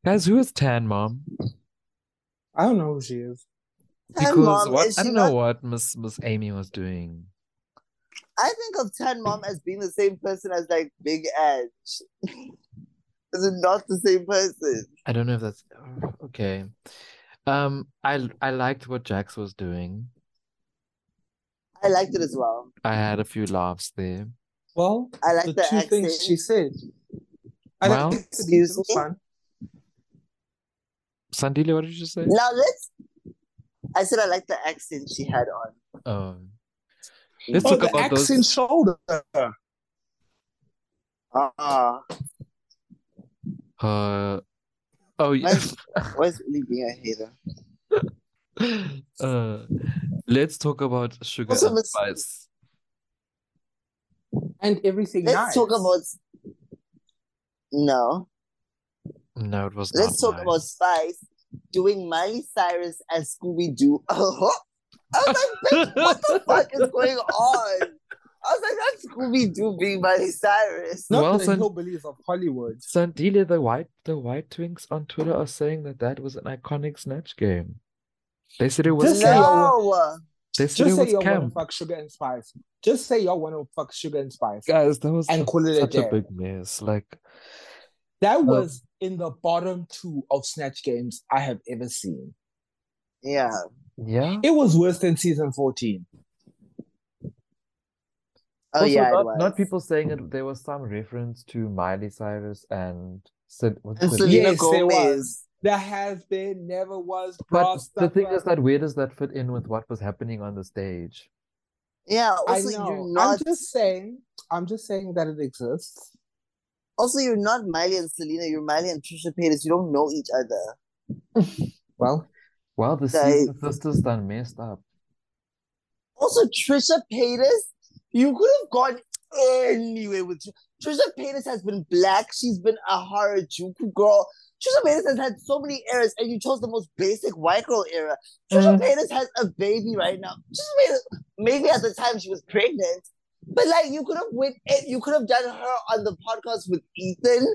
C: Guys, who is Tan Mom?
B: I don't know who she is.
A: Tan
C: Because
A: mom,
C: what
A: is
C: I
A: she
C: don't
A: not?
C: know what Miss Miss Amy was doing.
A: I think of Tan mom as being the same person as like Big Edge. [LAUGHS] is it not the same person?
C: I don't know if that's [SIGHS] oh, okay. Um, I I liked what Jax was doing.
A: I liked it as well.
C: I had a few laughs there.
B: Well,
A: I like
B: the
A: the,
B: two
A: accent.
B: things she said. I
C: Well-
B: think it's
A: Excuse
B: still
A: me?
B: fun.
C: Sandile, what did you say?
A: Now let's. I said I like the accent she had on.
C: Oh, let's
B: Oh,
C: talk
B: the
C: about
B: accent
C: those.
B: shoulder.
A: Ah,
C: Uh, oh, yeah.
A: Nice. where's Uli being a hater?
C: [LAUGHS] uh, let's talk about sugar
A: Also,
C: and
A: Miss-
C: spice.
B: and everything
A: Let's
B: nice.
A: talk about. No,
C: No, it was not.
A: let's talk
C: nice.
A: about Spice doing Miley Cyrus as Scooby [LAUGHS] Doo. I was like, bitch, what the fuck is going on? I was like, that's Scooby Doo being Miley Cyrus.
B: not
C: Well,
B: the
C: son-
B: hillbillies of Hollywood.
C: [LAUGHS] Sandile, the white the white twinks on Twitter are saying that that was an iconic snatch game. They said it was.
B: Just say
C: camp.
B: y'all were-
A: No,
C: They said it
B: Just say
C: was
B: y'all want to
C: camp.
B: fuck sugar and spice. Just say y'all want to fuck sugar and spice.
C: Guys, that was
B: and
C: that
B: call
C: was
B: it a
C: such a
B: day.
C: big mess. Like,
B: That was in the bottom two of snatch games I have ever seen.
A: yeah,
C: yeah.
B: It was worse than season fourteen.
A: Oh
C: Also,
A: yeah, it
C: not,
A: was.
C: not people saying it. There was some reference to Miley Cyrus and Sid. was
A: And
C: Sid-
A: Selena
B: Yes, there
A: Gomez.
B: There has been, never was.
C: But
B: bra
C: the thing is
B: sucker.
C: that where does that fit in with what was happening on the stage?
A: Yeah.
B: I
A: Also,
B: know.
A: you're not.
B: I'm just saying. I'm just saying that it exists.
A: Also, you're not Miley and Selena. You're Miley and Trisha Paytas. You don't know each other.
B: Well,
C: Wow, the
A: Guys.
C: Caesar sisters done messed up.
A: Also, Trisha Paytas, you could have gone anywhere with Tr- Trisha Paytas has been black. She's been a Harajuku girl. Trisha Paytas has had so many eras, and you chose the most basic white girl era. Trisha Paytas has a baby right now. Trisha Paytas, maybe at the time she was pregnant, but like you could have went, a- you could have done her on the podcast with Ethan.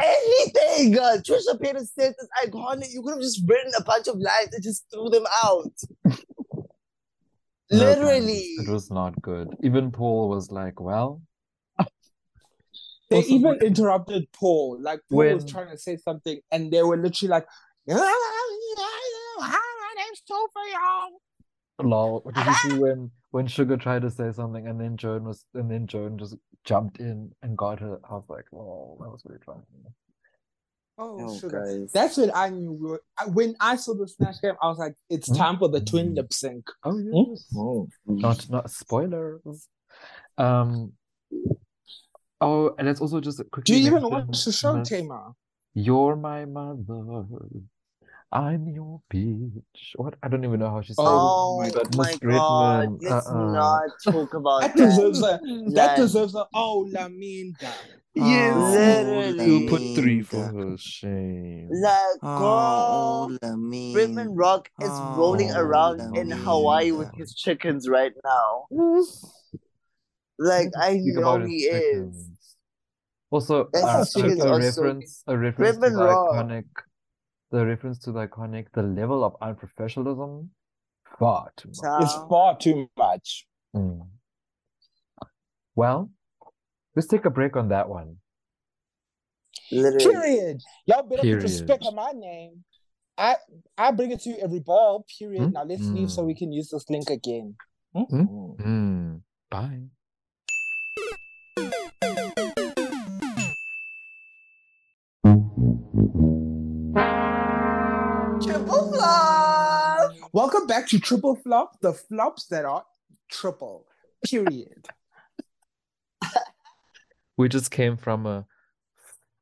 A: Anything, uh, Trisha Paytas said is iconic. You could have just written a bunch of lines and just threw them out.
C: No, guys,
A: Literally.
C: it was not good. Even Paul was like, "Well,
B: they
C: Also,
B: even
C: when-
B: interrupted Paul. Like Paul was
C: when-
B: trying to say something, and they were literally like,
C: lol." What did you
A: [LAUGHS]
C: see when when Sugar tried to say something and then Joan was and then Joan just jumped in and got her? I was like, "Oh, that was really funny."
B: "Oh,
A: Oh,
B: sugar."
A: guys.
B: That's when I knew we were. I- When I saw the snatch game, I was like, "It's
C: Hmm?
B: time for the twin
C: Hmm.
B: lip sync."
C: Oh
B: Hmm?
C: yes. not not spoilers. Um. Oh, and let's also just
B: Do
C: quickly.
B: you even
C: mention
B: watch the show,
C: Miss-
B: Tamer?
C: You're my mother. I'm your bitch. What? I don't even know how she says
B: Oh,
A: Oh
C: it.
B: my
C: But
A: my
C: Miss
A: god,
C: Greatman,
A: let's
C: uh-uh.
A: not talk about
B: That
A: that.
B: deserves a. That
A: None.
B: deserves a. Oh, Laminda.
A: You
C: Oh,
A: literally
C: You put three for
E: Linda.
C: her shame.
A: like
E: Oh,
A: girl.
E: Laminda.
A: Britman Rock is rolling
E: Oh,
A: around in Hawaii with
E: Laminda.
A: his chickens right now. Like I
C: Think
A: know
C: about it,
A: he is.
C: chickens. Also,
A: Yes,
C: uh, a,
A: chickens
C: a
A: are so-
C: reference, a reference to
A: Britman
C: the
A: Rock.
C: iconic, the reference to the iconic, the level of unprofessionalism, far too much.
B: It's
A: Ciao.
B: far too much.
C: Mm. Well, let's take a break on that one.
A: Literally.
B: Period. Y'all better put
C: Period.
B: respect on my name. I I bring it to you every ball. Period.
C: Hmm?
B: Now let's leave so
C: Mm.
B: we can use this link again. Hmm?
C: Hmm? Mm. Bye.
A: Triple flop.
B: Welcome back to Triple Flop, the flops that are triple. Period.
C: We just came from a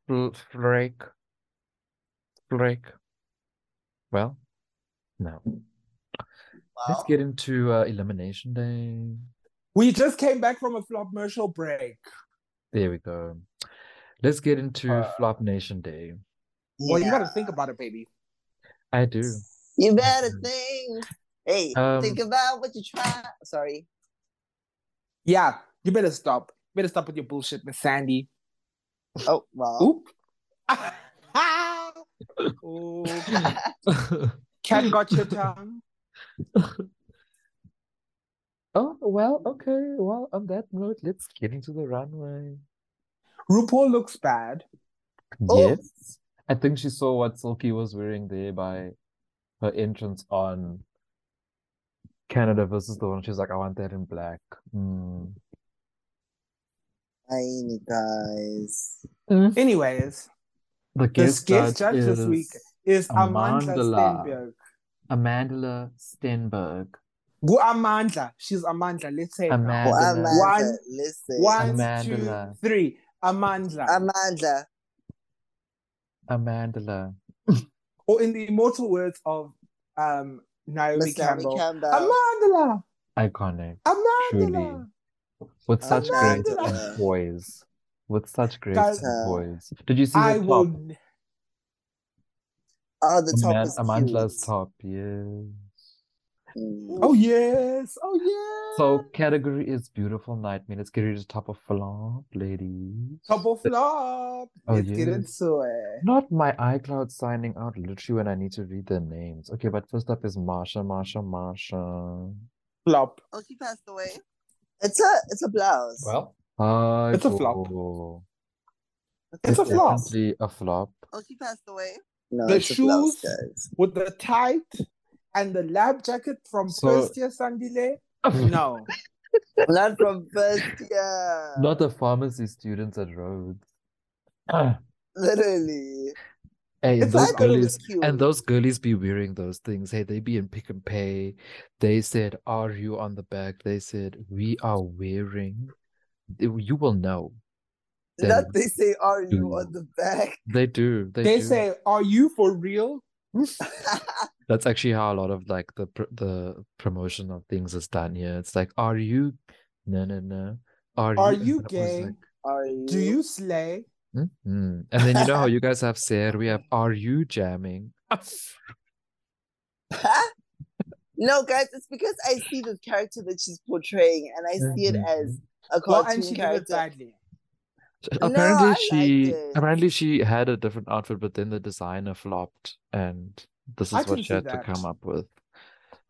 C: fl- flake. Flake. Well, no. Let's
A: Wow.
C: get into uh, Elimination Day.
B: We just came back from a flop commercial break.
C: There we go. Let's get into
B: Uh,
C: Flop Nation Day.
B: Well, you
A: Yeah.
B: gotta think about it, baby.
C: I do.
A: You better
C: [LAUGHS] Mhm.
A: think. Hey,
C: Um,
A: think about what you try. Sorry.
B: Yeah, you better stop. You better stop with your bullshit, Miss Sandy.
A: Oh, well.
B: Oop. [LAUGHS] Oop. Cat got your tongue.
C: oh, well, okay. Well, on that note, let's get into the runway.
B: RuPaul looks bad.
A: Oh.
C: Yes. I think she saw what Silky was wearing there by her entrance on Canada versus the one. She's like, I want that in black. Mm.
A: Hi, guys.
B: Anyways,
C: The
B: this
C: guest
B: guest
C: judge,
B: judge this
C: is
B: week is Amanda Stenberg.
C: Amandla. Amandla Stenberg.
B: Go Amanda. She's Amanda. Let's say it now.
C: Amanda.
A: Well, Amanda,
B: One-
A: listen.
B: One,
C: Amandla.
B: two, three. Amanda.
A: Amanda,
C: Amandla.
B: or in the immortal words of um, Naomi
A: Miss Naomi
B: Campbell,
A: Campbell.
B: Amandala,
C: Iconic.
B: Amandala.
C: Truly. With such grace
A: Amandla.
C: and poise. With such grace
B: Guys,
C: and poise. Did you see
B: I
C: the
B: will.
C: top?
A: Oh, the top
C: Aman-
A: is
C: Amandla's
A: cute.
C: top, yes.
A: Mm.
B: Oh yes, oh yes.
C: So category is beautiful nightmare. Let's get rid of top of flop, ladies.
B: Couple flop.
C: Oh
B: Let's get
C: yes.
B: into it.
C: Not my iCloud signing out literally when I need to read their names. Okay, but first up is Marsha, Marsha, Marsha.
B: Flop.
A: Oh, she passed away. It's a it's a blouse.
C: Well, I
B: It's a flop.
C: go.
B: It's a
C: It's
B: flop.
C: definitely a flop.
A: Oh, she passed away. No,
B: The
A: it's a blouse,
B: shoes
A: guys.
B: with the tight and the lab jacket from
C: So- [LAUGHS]
B: first year Sandile. No.
A: Not from first year.
C: Not the pharmacy students at Rhodes. [CLEARS THROAT]
A: Literally.
C: Hey,
A: If I
C: those
A: thought it
C: girlies
A: was cute.
C: and those girlies be wearing those things. Hey, they be in pick and pay. They said, "Are you on the back?" They said, "We are wearing." You will know. them.
A: Not they say, are you
C: Ooh.
A: on the back?
C: They do. They,
B: They
C: do.
B: say, "Are you for real?"
C: that's actually how a lot of like the pr- the promotion of things is done here. It's like, "Are you?" No, no, no. Are,
B: Are
C: and
B: you
C: then it was
B: gay?
C: like,
A: are you?
B: Do
A: [LAUGHS]
B: you slay?
C: "Hmm." And then you
B: [LAUGHS]
C: know how you guys have said we have. Are you jamming?
A: no, guys, it's because I see the character that she's portraying and I see it
C: Mhm.
A: as a
B: Well,
A: cartoon
B: and she did it
A: character.
B: badly.
C: apparently
A: I liked
C: she
A: it.
C: apparently she had a different outfit but then the designer flopped and this
B: I
C: is what
B: can
C: she
B: see
C: had to
B: that.
C: come up with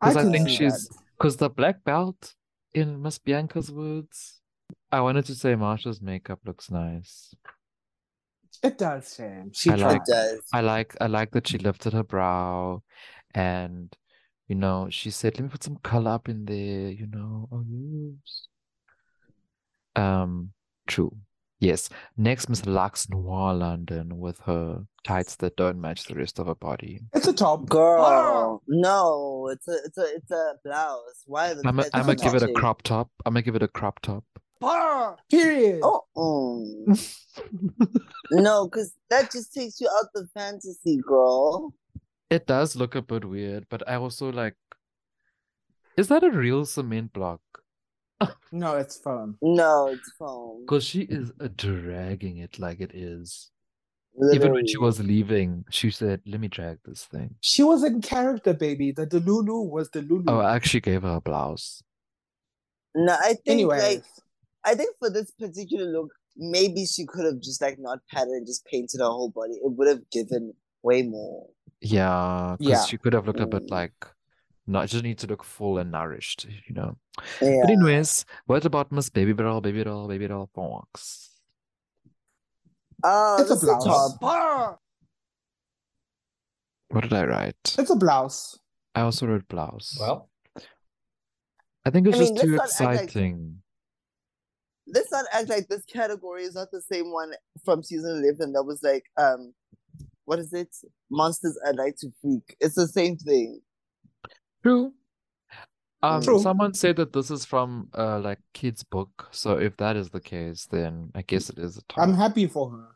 B: I
C: because i,
B: can
C: think
B: see
C: she's
B: that.
C: because the black belt in miss bianca's words i wanted to say marsha's makeup looks nice
B: It does, Sam. She
C: I
B: tried.
C: like-
A: It does.
C: i like i like that she lifted her brow and you know she said let me put some color up in there you know oh yes Um, true. Yes. Next, Miss Lux Noir London with her tights that don't match the rest of her body.
B: It's a top.
A: Girl, no, it's a it's a it's a blouse. Why are the
C: I'm i
A: tights
C: I'm gonna
A: not
C: give it a
A: matching?
C: crop top. I'm gonna give it a crop top.
B: Bah! Ah, Period.
A: Oh,
C: [LAUGHS]
A: mm. no, because that just takes you out the fantasy, girl.
C: It does look a bit weird, but I also like. Is that a real cement block?
B: No, it's foam.
A: No, it's foam.
C: Because she is uh, dragging it like it is. Even when she
A: Literally.
C: was leaving, she said, "Let me drag this thing."
B: She was in character, baby. The Delulu was the Lulu.
C: Oh, I actually gave her a blouse.
A: No, I think
B: anyway,
A: like I think for this particular look, maybe she could have just like not padded and just painted her whole body. It would have given way more.
C: Yeah, because
B: Yeah.
C: she could have looked a bit
A: Mm.
C: like, not just need to look full and nourished, you know.
A: Yeah.
C: But anyways, what about Miss Baby Doll, Baby Doll, Baby Doll Fox?
A: Oh,
B: it's a
A: this is a
B: blouse.
A: top.
B: Bah!
C: What did I write?
B: It's a blouse.
C: I also wrote blouse.
F: Well,
C: I think it's
A: I mean,
C: just too
A: let's not act like-
C: exciting.
A: Let's not act like this category is not the same one from season eleven that was like, um, what is it? Monsters I like to freak. It's the same thing.
C: True. Um,
B: True.
C: someone said that this is from uh like kids' book, so if that is the case, then I guess it is a top.
B: I'm happy for her.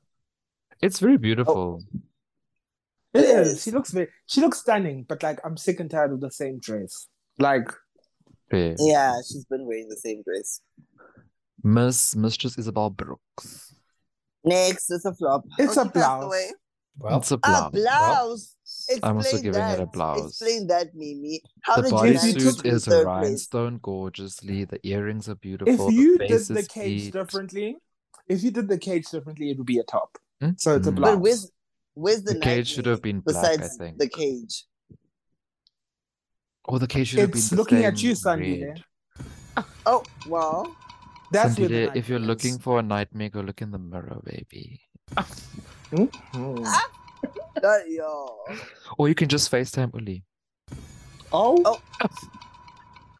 C: It's very beautiful.
B: It
A: It
B: is.
A: is.
B: She looks very. She looks stunning, but like I'm sick and tired of the same dress. Like
C: Fair.
A: Yeah, she's been wearing the same dress.
C: Miss Mistress Isabel Brooks.
A: Next, it's a flop.
B: It's a
A: Okay, cast
B: blouse.
A: away.
F: well,
C: It's a
A: A
C: blouse.
A: blouse.
C: I'm also
A: Explain
C: giving it
A: that.
C: a blouse.
A: Explain that, Mimi. How
C: The
A: did you manage to
C: bodysuit
A: be
C: is
A: third place?
C: rhinestone gorgeously. The earrings are
B: if
C: beautiful.
B: you
C: the
B: did
C: face
B: the
C: is
B: cage
C: cute.
B: differently, if you did the cage differently, it would be a top.
C: Hmm?
B: So it's a
C: Mm.
B: blouse.
A: But where's where's the,
C: The cage
A: knight
C: should
A: meat
C: have been black, I
A: besides
C: think.
A: the cage?
C: Or the cage should have been
B: It's
C: the
B: looking at
C: same
B: you, Sandy.
C: red.
A: Oh well,
B: That's where the
C: Sandile, if
B: knife
C: you're
B: is.
C: looking for a nightmare, go look in the mirror, baby.
B: Hmm.
A: Ah. not y'all.
C: Or you can just FaceTime Uli.
B: Oh,
A: Oh.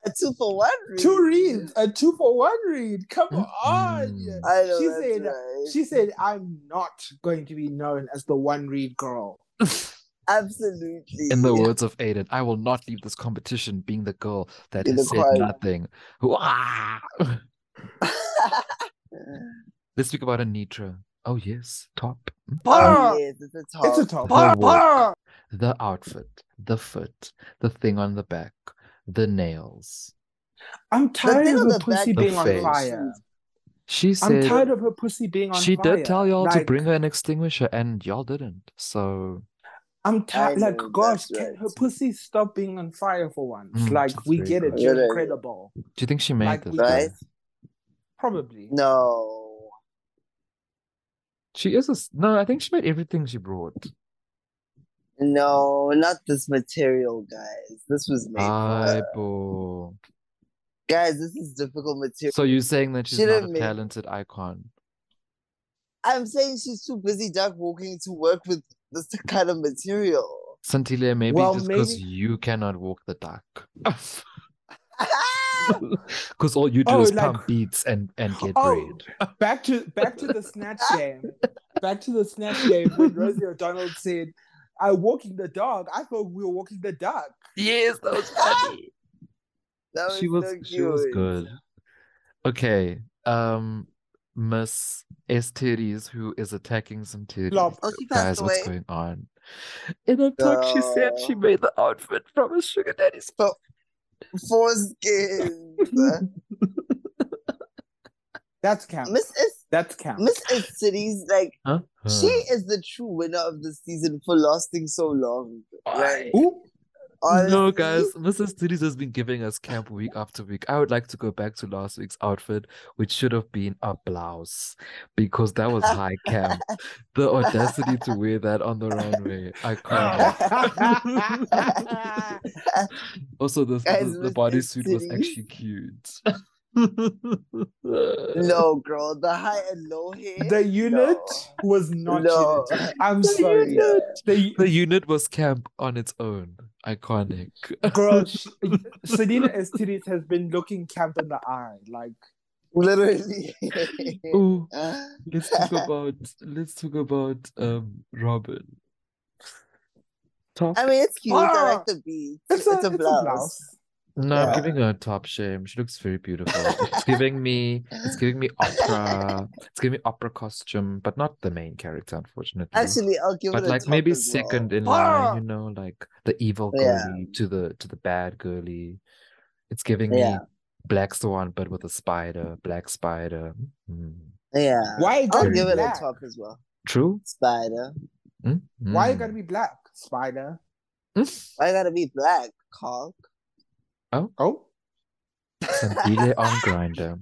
A: A two for one. Reed.
B: two reads, a two for one read. Come
C: Mm.
B: on.
C: Mm.
A: I know
B: She
A: that's
B: said-
A: right.
B: She said, I'm not going to be known as the one read girl.
A: absolutely. Oh,
C: In the words of Aiden, I will not leave this competition being the girl that
A: Be the
C: has said
A: quiet-
C: nothing. ah!
A: [LAUGHS]
C: Wah! Let's speak about Anitra. Oh, yes, top. Mm.
B: Bah!
A: oh yes, it's a top.
B: Um, It's a top.
C: The
B: Bah,
C: walk.
B: bah!
C: The outfit, the foot, the thing on the back, the nails.
B: I'm tired
A: thing
B: of
A: on
B: her
A: the
B: pussy
A: back
C: The
B: being on
C: face.
B: fire.
C: She
B: I'm
C: said
B: tired of her pussy being on
C: she
B: fire.
C: did tell y'all to
B: Like,
C: bring her an extinguisher, and y'all didn't. So
B: I'm
A: I
B: tired. Like,
A: know,
B: gosh,
A: that's
B: can
A: right.
B: her pussy stop being on fire for once?
C: Mm,
B: like,
C: that's
B: we
C: very
B: get it.
C: good.
B: You're
A: Literally.
B: incredible.
C: do you think she made
B: Like
C: this?
B: we-
C: though?
A: Right?
B: Probably.
A: No.
C: She is a s- no. I think she made everything she brought.
A: No, not this material, guys. This was made uh, for her.
C: Ay, bo.
A: Guys, this is difficult material.
C: So you're saying that she's
A: She
C: not
A: didn't
C: a
A: make-
C: talented icon?
A: I'm saying she's too busy duck walking to work with this [LAUGHS] kind of material.
C: Santile, maybe
B: Well,
C: just because
B: maybe-
C: you cannot walk the duck. Because all you do
B: Oh,
C: is
B: like-
C: pump beats and and get
B: Oh.
C: paid.
B: back to back to the [LAUGHS] snatch game. Back to the snatch game when Rosie O'Donnell said, I walking the dog. I thought we were walking the duck.
C: Yes, that [LAUGHS] was funny.
A: That was
C: she was
A: so
C: she was
A: cute.
C: good. Okay, um, Miss S titties who is attacking some titties.
B: Flop.
A: Oh, she passed
C: Guys, what's
A: away.
C: going on? In a talk, she said she
A: No.
C: made the outfit from a sugar daddy's. [LAUGHS]
A: Foreskin.
B: That's count.
A: Miss is
B: That's count.
A: Miss is cities like
C: Huh?
A: she
C: Uh.
A: is the true winner of the season for lasting so long. Like
B: Ooh,
C: No,
A: honestly,
C: guys, Mrs. Titties has been giving us camp week after week. I would like to go back to last week's outfit, which should have been a blouse, because that was high camp. The audacity to wear that on the runway. I
B: Oh.
C: can't. Also, this,
A: Guys,
C: the, the
A: Mrs.
C: bodysuit was
A: Titties.
C: actually cute. [LAUGHS]
A: No, girl, the high and low hair.
B: [LAUGHS] the unit was not
A: No.
B: unity. I'm
C: The
B: sorry.
C: unit.
B: The
C: The unit was camp on its own. Iconic.
B: girl she, Selena Estides has been looking camp in the eye. Like
A: [LAUGHS]
C: [LAUGHS]
A: literally.
C: Ooh, let's talk about let's talk about um Robin. Top.
A: I mean, it's cute. I
B: Ah,
A: like the beads.
B: it's a, it's a blouse.
C: No, I'm
A: Yeah.
C: giving her a top shame. She looks very beautiful.
A: [LAUGHS]
C: It's giving me, it's giving me opera. It's giving me opera costume, but not the main character, unfortunately.
A: Actually, I'll give
C: but
A: it a
C: like
A: top
C: maybe
A: as well.
C: second in
B: Ah!
C: line, you know, like the evil
A: Yeah.
C: girly to the to the bad girly. It's giving
A: Yeah.
C: me black swan, but with a spider, black spider. Mm.
A: Yeah.
B: Why it
A: I'll
B: gotta
C: Very
B: be
A: give it
B: black?
A: a top as well.
C: True.
A: Spider.
C: Mm,
B: Why it
C: mm.
B: gotta be black? Spider.
A: I gotta be black, cock.
B: Oh.
A: [LAUGHS]
C: Some DJ on grinder.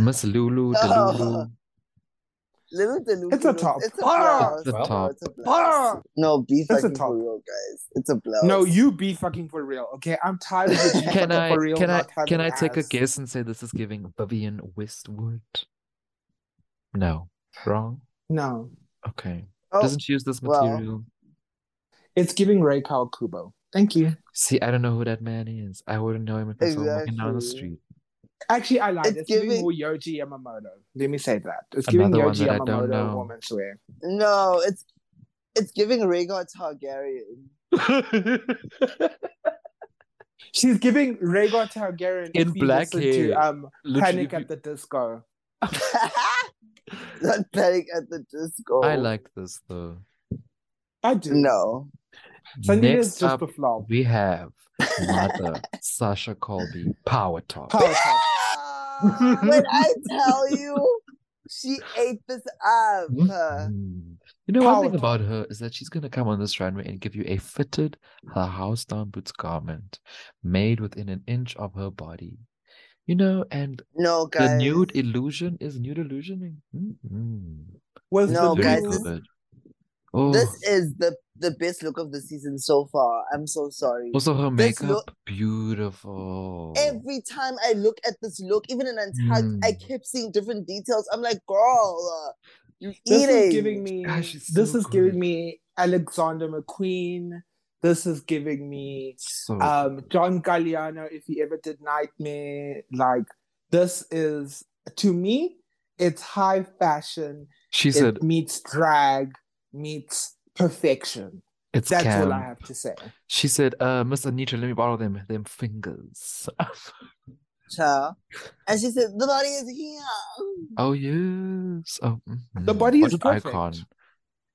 C: Miss Lulu, the
A: Oh.
C: Lulu,
A: Little Delulu.
B: It's a top.
A: It's a
B: Ah!
A: blouse.
C: the
A: No,
C: top.
A: it's a blouse.
B: Ah!
A: No, be
B: a
A: fucking
B: top.
A: for real, guys. It's a blouse.
B: No, you be fucking for real. Okay, I'm tired of you be
C: [LAUGHS] Can
B: fucking
C: I
B: for real.
C: can I
B: not having
C: can I take a
B: ass.
C: guess and say this is giving Vivian Westwood? No, wrong.
B: No,
C: Okay,
A: Oh,
C: doesn't she use this
A: well.
C: material?
B: it's giving Ray Kawakubo. Thank you.
C: See, I don't know who that man is. I wouldn't know him if I saw him walking down the
A: Exactly.
C: street.
B: Actually, I lied. It's,
A: It's
B: giving,
A: giving-
B: more Yoji Yamamoto. Let me say that. It's
C: Another one
B: giving Yoji
C: that I don't know.
B: Yamamoto woman's wear.
A: no, it's it's giving Rhaegar Targaryen. [LAUGHS]
B: She's giving Rhaegar Targaryen
C: In
B: if he
C: black
B: listened to,
C: hair.
B: um,
C: Literally,
B: Panic at the Disco.
A: Not panic at the disco.
C: I like this though.
B: I do. [LAUGHS]
A: No.
B: Sanita's
C: Next
B: just
C: up,
B: a flop. [LAUGHS]
C: we have Mother Sasha Colby Power Top.
B: Power
C: [LAUGHS]
B: top.
A: when I tell you, she ate this up.
C: Mm. You know, one
B: Power
C: thing
B: top.
C: about her is that she's going to come on this runway and give you a fitted, her house down boots garment made within an inch of her body. You know, and
A: No,
C: the
A: guys.
C: nude illusion is nude illusioning. Mm-mm.
B: Was
A: No,
B: the
C: Very
A: guys,
B: new-
A: this-
C: good. Oh,
A: This is the the best look of the season so far. I'm so sorry.
C: also her
A: this
C: makeup,
A: look-
C: beautiful.
A: Every time I look at this look, even in Untucked, I
C: Mm.
A: kept seeing different details. I'm like, girl, uh, you
B: this
A: eating.
B: is giving me
C: Gosh, she's
B: this
C: so
B: is
C: good.
B: giving me Alexander McQueen. This is giving me
C: So
B: um John Galliano if he ever did Nightmare. Like this is to me, it's high fashion.
C: she
B: It
C: said
B: meets drag meets perfection.
C: it's
B: That's all I
C: camp.
B: have to say.
C: She said, uh, Miss Anitra, let me borrow them them fingers. [LAUGHS]
A: Child. And she said, the body is here.
C: oh yes. Oh
B: The
C: mhm.
B: body
C: what
B: is
C: an
B: perfect.
C: icon.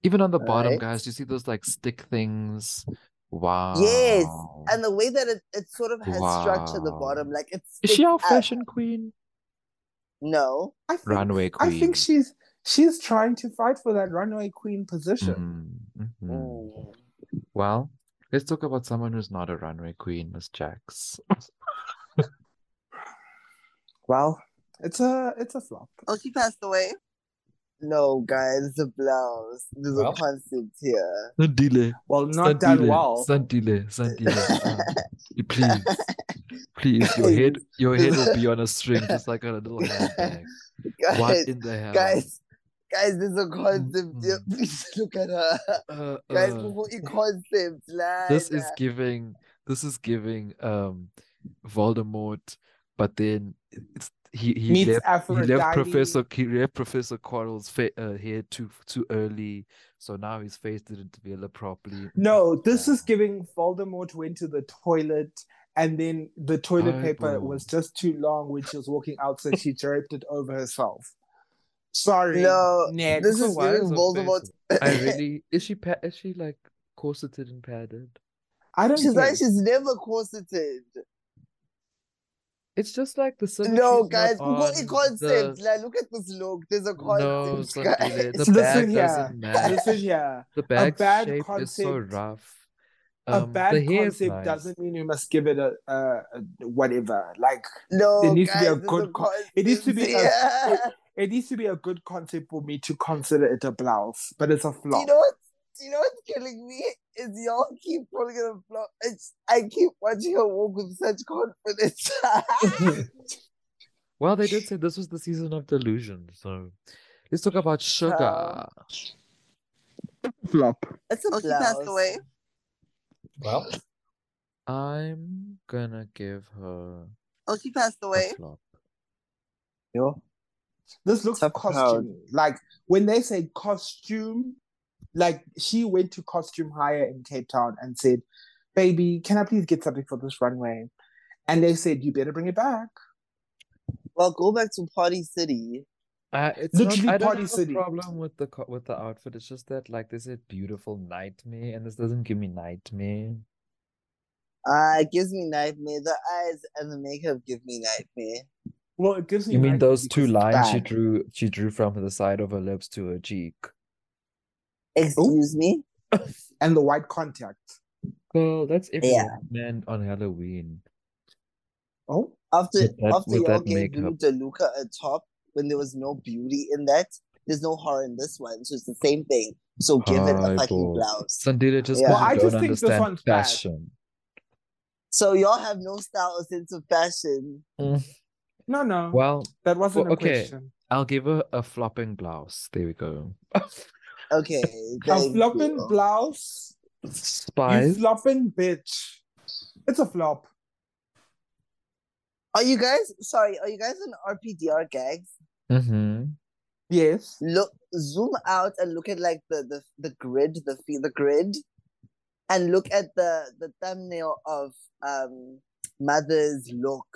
C: Even on the bottom,
A: Right.
C: guys, you see those like stick things. Wow.
A: Yes. And the way that it, it sort of has structure the
C: Wow.
A: bottom, like it's.
C: Is she our fashion queen?
A: No.
B: I think
C: Runway
B: I
C: queen.
B: think she's she's trying to fight for that runway queen position.
C: Mm, mhm.
A: Oh.
C: Well, let's talk about someone who's not a runway queen, Miss Jax.
B: Well, it's a it's a flop.
A: Oh, she passed away. No, guys, it's a blouse. There's
E: Well.
A: a concept here. [LAUGHS]
C: Sandile,
B: Well, not done well.
C: Sandile,
A: [LAUGHS]
C: please, please, your head, your head will be on a string, just like on a little handbag.
A: Guys,
C: What in the hell?
A: guys, guys, there's a concept here.
C: Mm-mm.
A: Please [LAUGHS] look at her.
C: Uh,
A: Guys,
C: Hmm. uh,
A: people eat concept. Like,
C: this is giving. This is giving. Um, Voldemort but then it's, he he
B: Meets
C: left, he left
B: Aphrodite.
C: Professor he left Professor Quarrel's fa- uh, head too too early, so now his face didn't develop properly.
B: No, this
C: [LAUGHS]
B: is giving Voldemort went to the toilet and then the toilet
C: Oh,
B: paper
C: boo.
B: was just too long when she was walking out, so she draped it over herself. Sorry.
A: No,
B: next.
A: this
C: So
A: is
C: why
A: giving
C: is her
A: Voldemort.
C: face- I
B: [LAUGHS]
C: really is she pa- is she like corseted and padded?
B: I don't
A: she's
B: care. [LAUGHS]
A: like she's never corseted.
C: It's just like the
A: No,
C: symmetry's not
A: guys, we got a
C: on,
A: concept.
C: the-
A: Like, look at this look. There's a
C: No,
B: [LAUGHS]
A: concept,
C: Sandile,
A: guys.
C: the
B: Listen
C: bag
B: here.
C: doesn't match.
B: Listen here.
C: The bag's
B: bad
C: shape is so
B: concept-
C: rough.
B: a
C: Um, the
B: bad
C: hair's
B: concept
C: nice.
B: doesn't mean you must give it a, a, a whatever. Like
A: No,
B: There needs to
A: guys,
B: be a
A: there's
B: good con- it needs to be a-
A: [LAUGHS] concept.
B: it needs to be a good concept for me to consider it a blouse, but it's a
A: Do
B: flop.
A: you know what? Do you know what's killing me? Is y'all keep calling it a flop. It's, I keep watching her walk with such confidence. [LAUGHS]
C: Well, they did say this was the season of delusion, so let's talk about sugar.
A: Wow.
B: flop.
A: it's a
F: Oh, he passed away.
G: Well,
C: I'm gonna give her
F: Oh, she passed
C: a
F: away.
C: flop.
B: This looks
A: So proud.
B: costume. Like when they say costume, like she went to costume hire in Cape Town and said, "Baby, can I please get something for this runway?" And they said, "You better bring it back."
A: Well, go back to Party City.
C: Uh, it's not-
B: Literally
C: I don't
B: Party
C: have a
B: City.
C: problem with the co- with the outfit. It's just that like they said beautiful nightmare, and this doesn't give me nightmare.
A: Uh, it gives me nightmare. The eyes and the makeup give me nightmare.
B: Well, it gives me.
C: You mean
B: nightmare
C: those two
B: because it's
C: lines she
B: bad.
C: drew she drew from the side of her lips to her cheek?
B: Oh.
A: Excuse me?
B: and the white contact.
C: Well, that's every
A: Yeah.
C: white man on Halloween.
B: Oh,
A: After
C: With that-
A: after
C: with
A: y'all
C: that
A: gave Blue
C: makeup.
A: DeLuca a top when there was no beauty in that, there's no horror in this one. So it's the same thing. So give it a fucking
C: Horrible.
A: blouse.
C: Sandira, just
A: Yeah.
C: because
A: Well,
C: you
B: I just
C: don't
B: think this
C: understand
B: one's bad.
C: fashion.
A: So y'all have no style or sense of fashion.
B: no, no,
C: Well,
B: that wasn't
C: well,
B: a
C: okay.
B: question.
C: I'll give her a flopping blouse. There we go.
A: Okay.
B: A
A: thank
B: flopping
A: you.
B: blouse. You
C: Spies.
B: flopping bitch. It's a flop.
A: Are you guys sorry? Are you guys on RPDR gags?
C: mm-hmm.
B: Yes.
A: Look, zoom out and look at like the the, the grid, the fe- the grid, and look at the the thumbnail of um mother's look.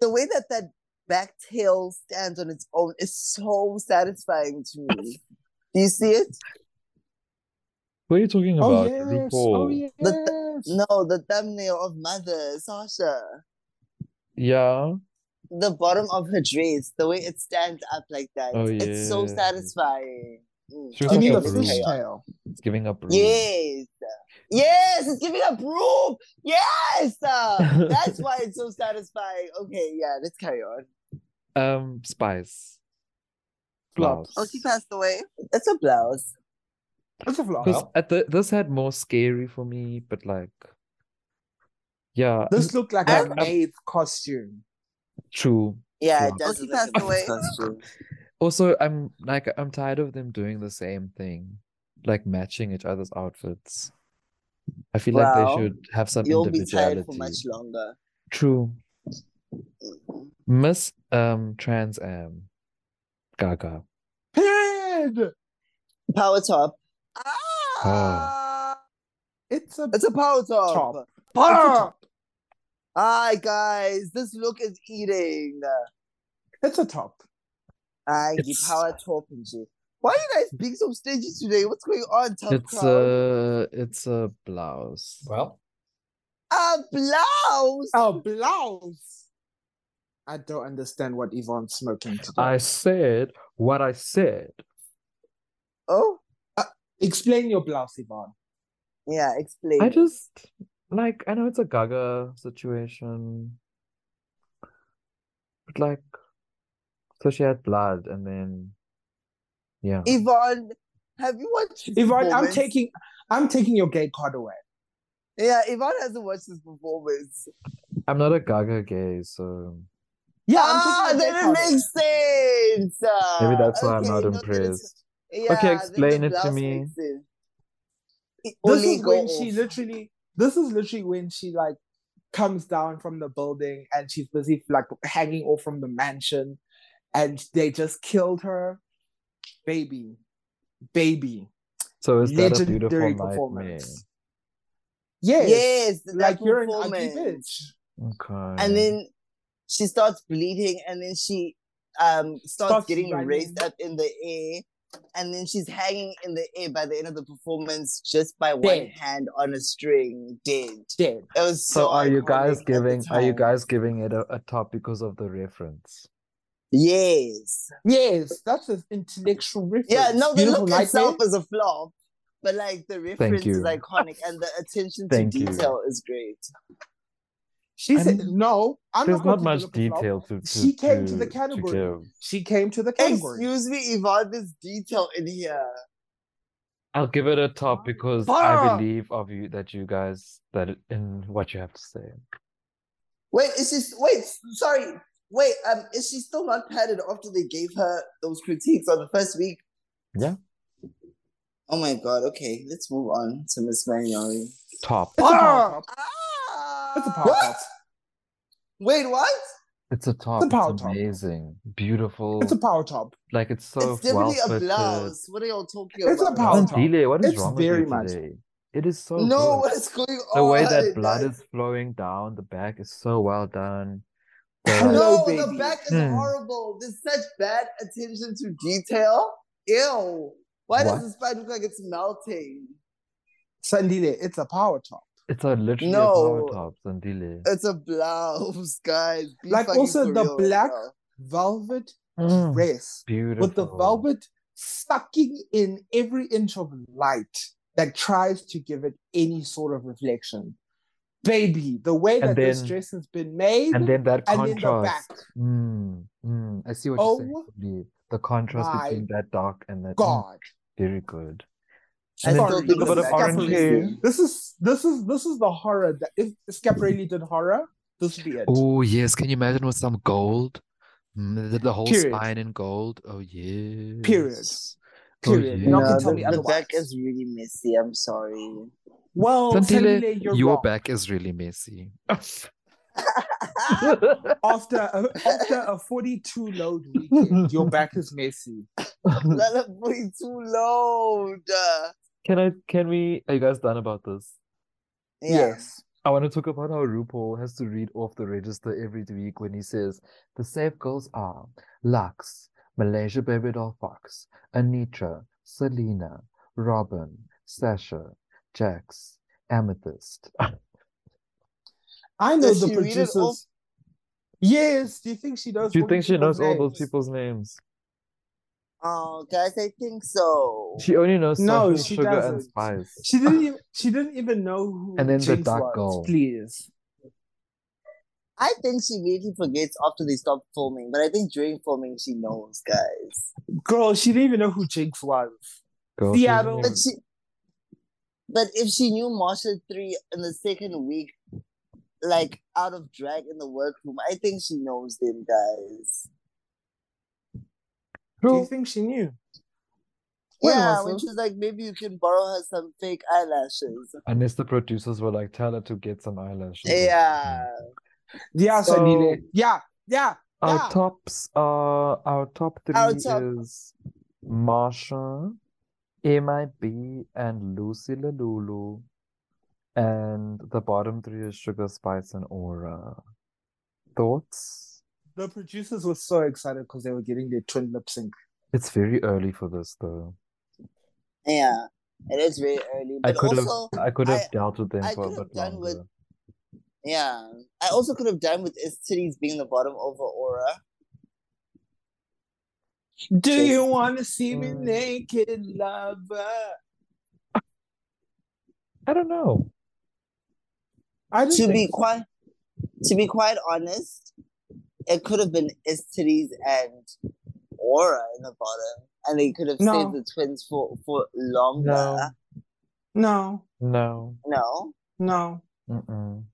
A: The way that that back tail stands on its own is so satisfying to me. Do you see it?
C: What are you talking
B: Oh
C: about?
B: yes. Oh
C: RuPaul.
B: yes.
A: No, the thumbnail of mother Sasha.
C: Yeah.
A: the bottom of her dress, the way it stands up like that.
C: Oh,
A: It's so
C: yeah.
A: satisfying. Mm.
C: She was
B: You
C: like
B: need
C: a
B: a
A: this is
C: broom.
B: fish
A: chaos.
B: tail.
C: It's giving up room.
A: Yes. Yes, it's giving up room.
C: [LAUGHS]
A: Yes. Uh, that's why it's so satisfying. Okay, yeah, let's carry on.
C: Um, spice.
B: Flop.
C: Blouse.
F: Oh, she passed away.
A: It's a blouse.
B: It's a flop.
C: Because
G: Well.
C: at the this had more scary for me, but like, yeah,
B: This looked like
C: Like,
B: a
C: I'm-
B: maid's costume.
C: true.
A: Yeah,
C: Wow.
A: it does
F: Oh, she
A: look like
F: passed
A: a
F: away.
A: costume.
C: Also, I'm like, I'm tired of them doing the same thing, like matching each other's outfits. I feel like they
A: Well,
C: should have some
A: You'll be tired for much
C: individuality.
A: longer.
C: True. Miss um Trans Am, Gaga.
B: Period.
A: Power top.
C: Ah.
B: It's a
A: It's a power top.
B: Top.
A: Ah!
B: Ah!
A: Hi guys, this look is eating.
B: It's a top.
A: I give
C: It's-
A: power top and shit. Why are you guys being so stingy today? What's going on, tough
C: It's uh,
A: crowd?
C: a it's a blouse.
G: Well.
A: A blouse.
B: A blouse. I don't understand what Yvonne's smoking today.
C: I said what I said.
A: Oh,
B: Explain your blouse, Yvonne.
A: yeah, explain.
C: I
A: it.
C: just like I know it's a Gaga situation, but like, so she had blood, and then yeah,
A: Yvonne, have you watched? this
B: Yvonne, I'm
A: performance?
B: taking I'm taking your gay card away.
A: Yeah, Yvonne hasn't watched this performance.
C: I'm not a Gaga gay, so
B: Yeah,
A: ah,
B: I'm taking
A: that
B: your gay card
A: didn't
B: away.
A: make sense.
C: maybe
A: Ah,
C: that's why I'm
A: okay,
C: not
A: no, then it's-
C: impressed.
A: yeah,
C: explain it to me.
A: This
B: this is when she literally this is literally when she like comes down from the building and she's busy like hanging off from the mansion and they just killed her. Baby. Baby.
C: So is that a beautiful
B: Legendary
C: nightmare?
B: performance. Yes.
A: Yes, that
B: Like you're an ugly
A: performance.
B: bitch.
C: Okay.
A: And then she starts bleeding, and then she um starts,
B: Starts
A: getting
B: running.
A: raised up in the air, and then she's hanging in the air by the end of the performance, just by one
B: Dead.
A: hand on a string, dead.
B: Dead.
A: It was so.
C: so are you guys
A: iconic at the
C: giving are you
A: time.
C: guys giving it a, a top because of the reference?
A: Yes.
B: Yes, that's an intellectual reference.
A: Yeah. No, the
B: Beautiful
A: look
B: Nightmare.
A: itself is a flop, but like the reference is
C: you.
A: iconic, and the attention to
C: Thank you.
A: detail is great.
B: She
C: I
B: said,
C: mean,
B: "No, I'm
C: There's
B: not,
C: not
B: going to
C: much
B: give you the look of love."
C: detail to, to
B: She came to the category.
C: give.
B: She came to the category.
A: Excuse me, Yvonne, there's detail in here.
C: I'll give it a top because I
A: Fuck.
C: believe of you that you guys that it- in what you have to say.
A: Wait, is she wait, sorry. Wait, um, is she still not padded after they gave her those critiques on the first week?
C: Yeah.
A: Oh my god, okay, let's move on to Miss Manuari.
C: Top.
B: It's a power top.
A: Ah,
B: It's a power
A: what?
B: top.
A: Wait, what?
C: It's a top. It's,
B: power top.
C: amazing. Beautiful.
B: It's a power top.
C: like it's so
A: it's definitely a
C: well-fitted.
A: blouse. What are y'all talking
B: It's a
A: about?
B: power top.
C: Andile, what is
B: It's
C: wrong with
B: very
C: you
B: much-
C: today? It is so
A: No,
C: good.
A: what is going on?
C: The way that blood is flowing down the back is so well done. The, like,
B: Hello,
A: No, the
B: baby.
A: back is
C: Hmm.
A: horrible. There's such bad attention to detail. Ew. Why
C: What?
A: does this bag look like it's melting?
B: Sandile, it's a power top.
C: It's a literally a
A: No.
C: power top, Andile.
A: It's a blouse, [LAUGHS] guys. Be
B: Like,
A: fucking
B: also
A: for
B: the
A: real right
B: black
A: now.
B: Velvet
C: Mm,
B: dress
C: Beautiful.
B: with the velvet sucking in every inch of light that tries to give it any sort of reflection. Baby, the way
C: And
B: that this
C: then-
B: dress has been made,
C: and then that
B: and then the back.
C: contrast. Mm, mm, I see what you're saying.
B: Oh
C: Sandile. The contrast
B: my
C: between that dark and that mm,
B: God.
C: very good.
A: I
C: And then
A: still
B: Sorry,
C: just
A: think
C: a
A: it's
C: bit of
A: black
C: orange
A: is
C: here.
A: missing.
B: This is this is this is the horror that if Scaparelli did horror, this would be it.
C: Oh yes, can you imagine with some gold? Mm, The, the whole
B: Period.
C: spine in gold. Oh yeah.
B: Period.
C: Oh,
B: Y'all can
C: yeah.
A: No,
B: tell
A: the,
B: me
A: the
B: otherwise.
A: back is really messy. I'm sorry.
B: Well,
C: Sandile,
B: Sandile, Oh, you're
C: your
B: wrong.
C: back is really
B: [LAUGHS]
C: messy.
B: After a, after a 42 load weekend, your back is
C: [LAUGHS]
B: messy.
A: [LAUGHS]
C: Hmm.
A: Let it be too loud. Yeah.
C: Can I can we are you guys done about this?
B: Yes.
C: I want to talk about how RuPaul has to read off the register every week when he says the safe girls are Lux, Malaysia Baby Doll Fox, Anitra, Selena, Robin, Sasha, Jax, Amethyst.
B: I know
A: Does
B: the
A: she read it
B: producers.
A: off?
B: Yes. Do you think she knows?
C: Do [LAUGHS] you
B: all
C: think
B: these
C: she knows
B: people's
C: all those
B: names?
C: people's names?
A: Oh, guys, I think so.
C: She only knows
B: No,
C: Sasha,
B: she
C: Sugar, and
B: doesn't.
C: Spice.
B: She didn't. Even, she didn't even know who
C: And then the
B: Jinx
C: dark
B: was.
C: girl.
B: Please.
A: I think she really forgets after they stop filming, but I think during filming she knows, guys.
B: Girl, she didn't even know who Jinx was.
C: Girl, she doesn't
B: Seattle.
C: even-
A: But she, but if she knew Marsha three in the second week, like out of drag in the workroom, I think she knows them, guys.
B: Do you
C: Girl,
B: think she knew? Wait,
A: Yeah,
B: what's
A: when
B: this?
A: she's like, maybe you can borrow her some fake eyelashes.
C: Unless the producers were like, tell her to get some eyelashes. or
A: Yeah.
C: something.
B: Yeah,
C: So-
B: Sandile. Yeah, yeah.
C: Our
B: Yeah.
C: tops are our top three
A: Our top-
C: is Marsha, MIB, and Lucy Lalulu. And the bottom three is Sugar Spice and Aura. Thoughts?
B: The producers were so excited because they were getting their twin lip sync.
C: It's very early for this though.
A: Yeah. It is very early.
C: I
A: But
C: could have
A: also,
C: I could have
A: I-
C: dealt with them
A: I
C: for a
A: could have
C: bit
A: done with-
C: longer.
A: yeah. I also could have done with Is Titties being the bottom over Aura.
B: Do
A: Just-
B: you want to see me
C: Mm.
B: naked, lover?
C: I don't know.
B: I didn't
A: To
B: think
A: be
B: so.
A: quite to be quite honest, it could have been Is Titties and Aura in the bottom. And they could have
B: No.
A: saved the twins for, for longer.
C: No.
B: No,
C: No.
A: No?
B: no.
C: Mm-mm.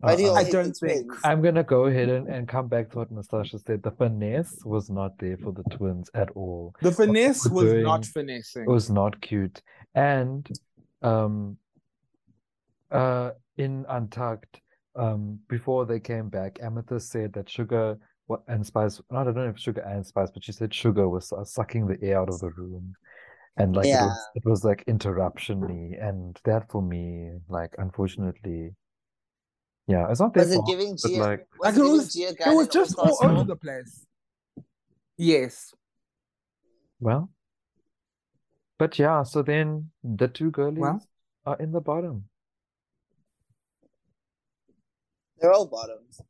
A: Why do you
C: Uh-uh.
A: all
B: I
A: hate the
B: don't think.
A: twins?
C: I'm gonna go ahead and, and come back to what Nastasha said. The finesse was not there for the twins at all.
B: The finesse
C: we're
B: was not
C: doing-
B: finessing.
C: It was not cute. And um uh in Untucked, um, before they came back, Amethyst said that Sugar wa- and Spice, no, I don't know if Sugar and Spice, but she said Sugar was uh, sucking the air out of the room. And like it,
A: Yeah.
C: was, it was like interruption-y. And that for me, like, unfortunately, yeah, it's not their
A: Was it
C: fault,
A: giving
C: but
A: Gia?
C: like,
A: was
B: Like, it
A: it,
B: was-
A: giving Gia
B: It
A: Garden
B: was just all
A: Old
B: over
A: Town?
B: the place. Yes.
C: well, but yeah, so then the two girlies are in the bottom.
A: They're all bottoms.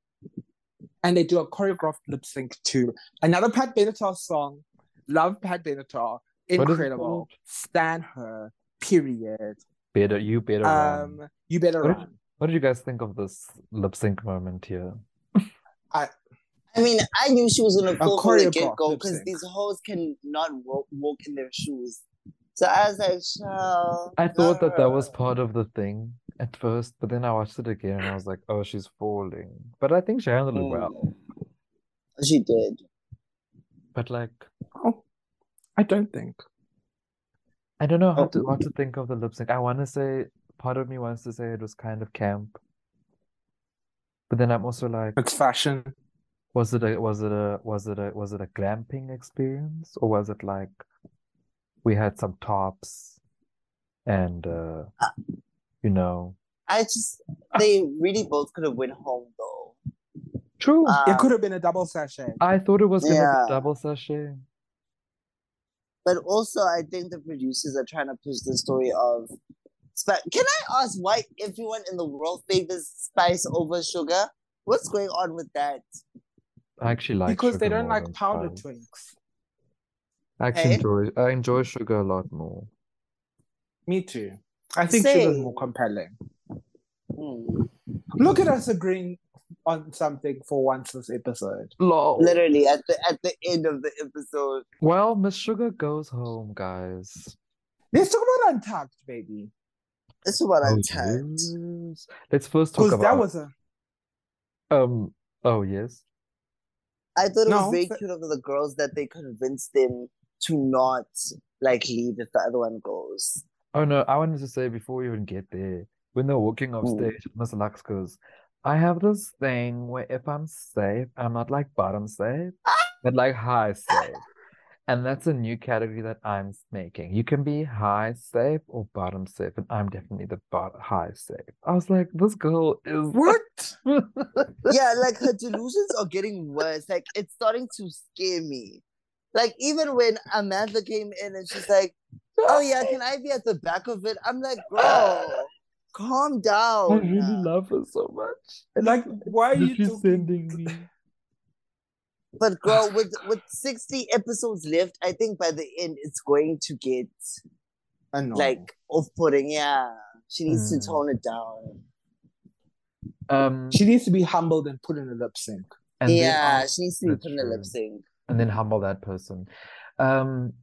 B: And they do a choreographed lip sync to another Pat Benatar song. Love Pat Benatar.
C: is it
B: Incredible.
C: called?
B: Stan her. Period.
C: Better, you better run.
B: Um, you better
C: What did-
B: run.
C: What did you guys think of this lip sync moment here?
A: I mean, I knew she was gonna fall from the
B: choreographed
A: get go
B: lip
A: because
B: sync.
A: these hoes cannot walk, walk in their shoes. So I was like, child.
C: I thought that that was
B: Uh,
A: girl."
C: part of the thing at first, but then I watched it again and I was like, oh, she's falling. But I think she handled it well.
A: She did.
B: Mm.
C: But like,
B: I don't think.
C: I don't know how
B: Oh.
C: to what to think of the lip sync. I want to say, part of me wants to say it was kind of camp, but then I'm also like,
B: It's fashion.
C: was it a was it a was it a was it a glamping experience or was it like we had some tops and uh, you know,
A: I just they really both could have went home though.
C: true.
B: It
A: Um,
B: could have been a double session.
C: Uh, I thought it was gonna
A: yeah.
C: be double sachet.
A: but also I think the producers are trying to push the story of Spice. Can I ask why everyone in the world favors Spice over Sugar? What's going on with that?
C: I actually like
B: because they
C: sugar
B: don't
C: more
B: like
C: than
B: powder
C: spice.
B: twinks.
C: I actually
A: Hey?
C: enjoy I enjoy sugar a lot more.
B: Me too. I think sugar's more
A: Same.
B: compelling.
A: Hmm.
B: Look at us agreeing on something for once this episode.
C: Lol.
A: Literally at the at the end of the episode.
C: Well, Miss Sugar goes home, guys.
B: Let's talk about Untucked, baby.
A: It's about
C: Oh,
A: untapped.
C: yes. Let's first talk
B: Because that
C: about
B: was a
C: um oh yes.
A: I thought it
B: No,
A: was very
B: fa-
A: cute of the girls that they convinced them to not like leave if the other one goes.
C: Oh no, I wanted to say before we even get there, when they're walking off
A: Mm.
C: stage, Miss Lux goes, I have this thing where if I'm safe, I'm not like bottom safe, but like high safe. And that's a new category that I'm making. You can be high safe or bottom safe, and I'm definitely the bot- high safe. I was like, this girl is
B: what?
C: [LAUGHS]
A: yeah, like her delusions are getting worse. Like it's starting to scare me. Like even when Amanda came in and she's like, "Oh yeah, can I be at the back of it?" I'm like, "Girl, calm down."
C: I really love her so much. And
B: Like, why are
C: that
B: you
C: she's
B: talking?
C: sending
B: [LAUGHS]
C: me?
A: But girl, with with 60 episodes left, I think by the end it's going to get
B: Annoying.
A: like off-putting. Yeah, she needs
C: Mm.
A: to tone it down.
C: Um,
B: she needs to be humbled and put in a lip sync.
C: and then
A: yeah,
C: I'll-
A: she needs to be
C: that's
A: put in a lip
C: true.
A: sync.
C: and
B: Mm-hmm.
C: then humble that person. Um,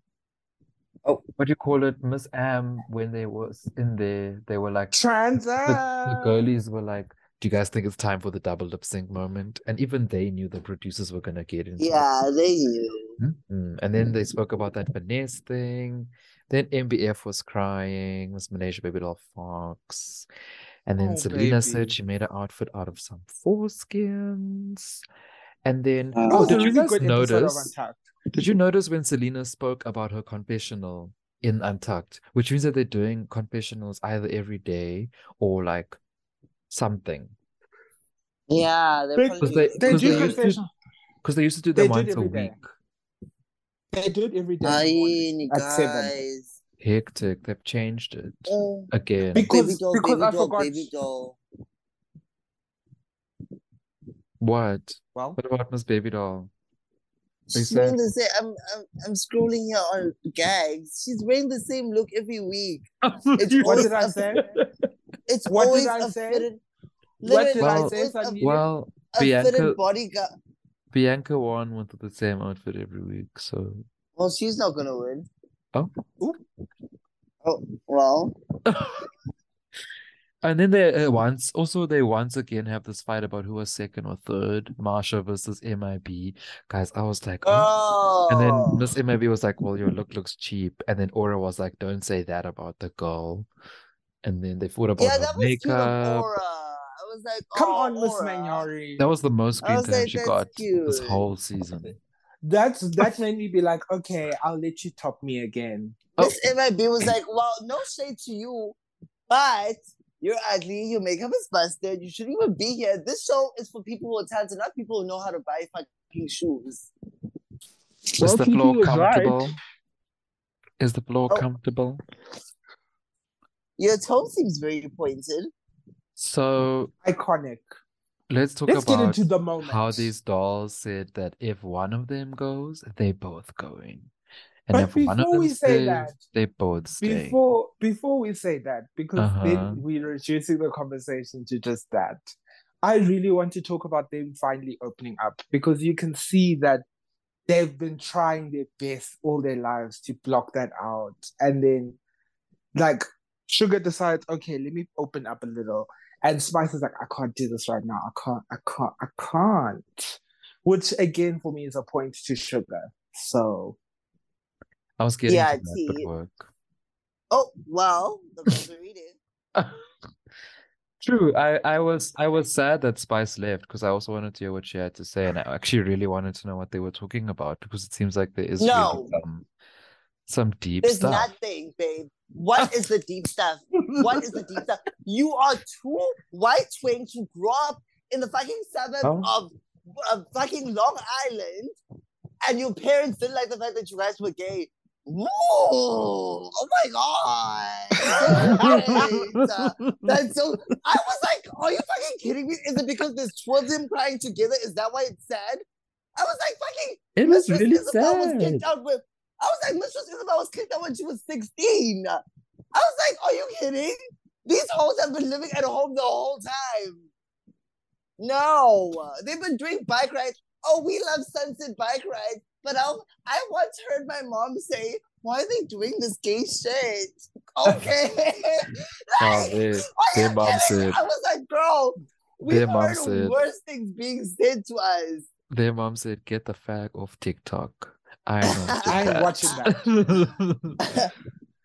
A: Oh.
C: what do you call it, Miss Am? When they was in there, they were like
B: Trans.
C: the, the girlies were like, "Do you guys think it's time for the double lip sync moment?" And even they knew the producers were gonna get into it.
A: Yeah, they knew.
C: Mm, And then they spoke about that finesse thing. Then MBF was crying. Miss Malaysia Baby Doll Fox. And then
B: Oh,
C: Selena said
B: baby.
C: she made an outfit out of some foreskins. And then,
A: Uh,
B: It
C: oh,
B: was a
C: did you
B: really
C: guys
B: good episode of
C: notice?
B: Untucked.
C: Did you notice when Selena spoke about her confessional in Untucked, which means that they're doing confessionals either every day or like something?
A: Yeah, they're
B: Big-
A: probably
C: Because
A: doing
C: they,
A: it
B: They
C: cause
B: do
C: they,
A: every
C: used
A: day.
C: to,
B: confession.
C: cause they used to do
B: They
C: them
B: do it
C: once a
B: every day.
C: week.
B: They do it every day in the morning
A: Aye,
B: at seven.
A: guys.
C: Hectic. They've changed it
A: Oh,
C: again.
A: baby
B: Because
A: doll,
B: because
A: baby
B: I
A: doll,
B: forgot.
A: baby doll.
C: What?
B: Well,
C: What about Miss Baby
B: [LAUGHS]
C: Doll?
A: She's
C: Lisa?
A: wearing the same. I'm, I'm, I'm scrolling here on gags. She's wearing the same look every week. It's
B: [LAUGHS] what
A: always
B: did I
A: a
B: say?
A: fitted. It's
B: What did
A: always
B: I
A: a
B: say?
A: fitted.
B: What did
A: literally,
B: I
C: Well-
A: it's
B: say?
A: always a,
B: Suddenly,
C: Well,
A: a
C: Bianca
A: fitted bodyguard.
C: Bianca Warren went with the same outfit every week, so
A: Well, she's not gonna win.
C: Oh.
B: Oop.
A: Oh well.
C: And then they uh, once also they once again have this fight about who was second or third, Marsha versus MIB. Guys, I was like, oh.
A: Oh.
C: And then Miss MIB was like, well, your look looks cheap. And then Aura was like, don't say that about the girl. And then they fought about
A: Yeah,
C: her
A: that was cute of
C: makeup.
A: Aura. I I was like,
B: Come
A: "Aw,
B: on, Miss
A: Aura."
B: Manyari.
C: That was the most
A: I
C: screen
A: was
C: time
A: like,
C: she
A: that's
C: got this
A: cute.
C: whole season.
B: [LAUGHS] That's that made me be like, okay, I'll let you top me again.
A: Miss MIB was like, well, no shade to you, but you're ugly, your makeup is busted, you shouldn't even be here. This show is for people who are talented, not people who know how to buy fucking shoes.
B: Well,
C: Is the
B: Kiki
C: floor
B: was right.
C: comfortable? Is the floor
A: Oh.
C: comfortable?
A: Your tone seems very pointed.
C: So
B: Iconic.
C: let's talk
B: Let's
C: about
B: get into the moment.
C: how these dolls said that if one of them goes, they both going. And
B: But
C: if one of
B: before
C: them
B: we say
C: stays,
B: that-
C: they both stay.
B: before before we say that, because
C: Uh-huh.
B: then we're reducing the conversation to just that. I really want to talk about them finally opening up because you can see that they've been trying their best all their lives to block that out. And then like Sugar decides, okay, let me open up a little. And Spice is like, I can't do this right now. I can't, I can't, I can't. Which again for me is a point to Sugar. So
C: I was getting
A: Yeah,
C: to that, but
A: tea.
C: work.
A: Oh, well, the ones are reading.
C: True. I, I was I was sad that Spice left because I also wanted to hear what she had to say, and I actually really wanted to know what they were talking about because it seems like there is really
A: No.
C: some some deep
A: There's
C: stuff.
A: nothing, babe. What is the deep stuff? What is the deep
C: [LAUGHS]
A: stuff? You are two white twins who grew up in the fucking suburbs
C: Oh.
A: of, of fucking Long Island, and your parents didn't like the fact that you guys were gay. Moo! Oh my
C: [LAUGHS]
A: god! That's so. I was like, "Are you fucking kidding me? Is it because there's two of them crying together? Is that why it's sad?" I was like, "Fucking
C: It was
A: Mistress
C: really
A: Isabel was
C: sad.
A: kicked out with. I was like, Mistress Isabel was kicked out when she was 16. I was like, are you kidding? These hoes have been living at home the whole time. No, they've been doing bike rides. Oh, we love sunset bike rides. But I, I once heard my mom say, why are they doing this gay shit?
C: [LAUGHS]
A: Okay.
C: Oh, they-
A: Are you
C: their mom
A: kidding?
C: said-
A: I was like, girl, we've
C: Their mom
A: heard
C: said-
A: worse things being said to us.
C: Their mom said, "Get the fag off TikTok." I ain't
B: [LAUGHS]
C: watching
B: I ain't
C: that.
B: watching
C: [LAUGHS] that.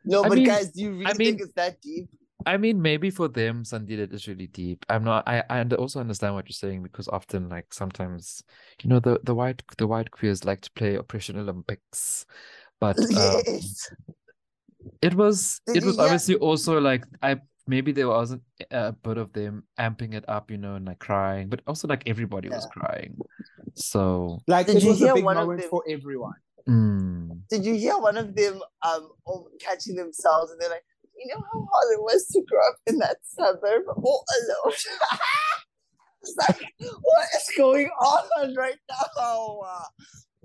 A: No,
C: I
A: but
C: mean-
A: guys, do you really
C: mean-
A: think it's that deep?
C: I mean, maybe for them, Sandeep, it is really deep. I'm not. I I under- also understand what you're saying because often, like sometimes, you know, the the white the white queers like to play oppression Olympics,
B: [LAUGHS]
C: but um,
A: [LAUGHS] yes.
C: it was
A: Did
C: it
A: you
C: was
A: hear-
C: obviously also like I maybe there wasn't a bit of them amping it up, you know, and like crying, but also like everybody was crying. So,
B: like
A: Did
B: it
A: you
B: was a
A: hear
B: big
A: one of
B: moment
A: them-
B: for everyone.
C: mm,
A: Did you hear one of them um all catching themselves and they're like, you know how hard it was to grow up in that suburb all alone? [LAUGHS] It's like, what is going on right now? I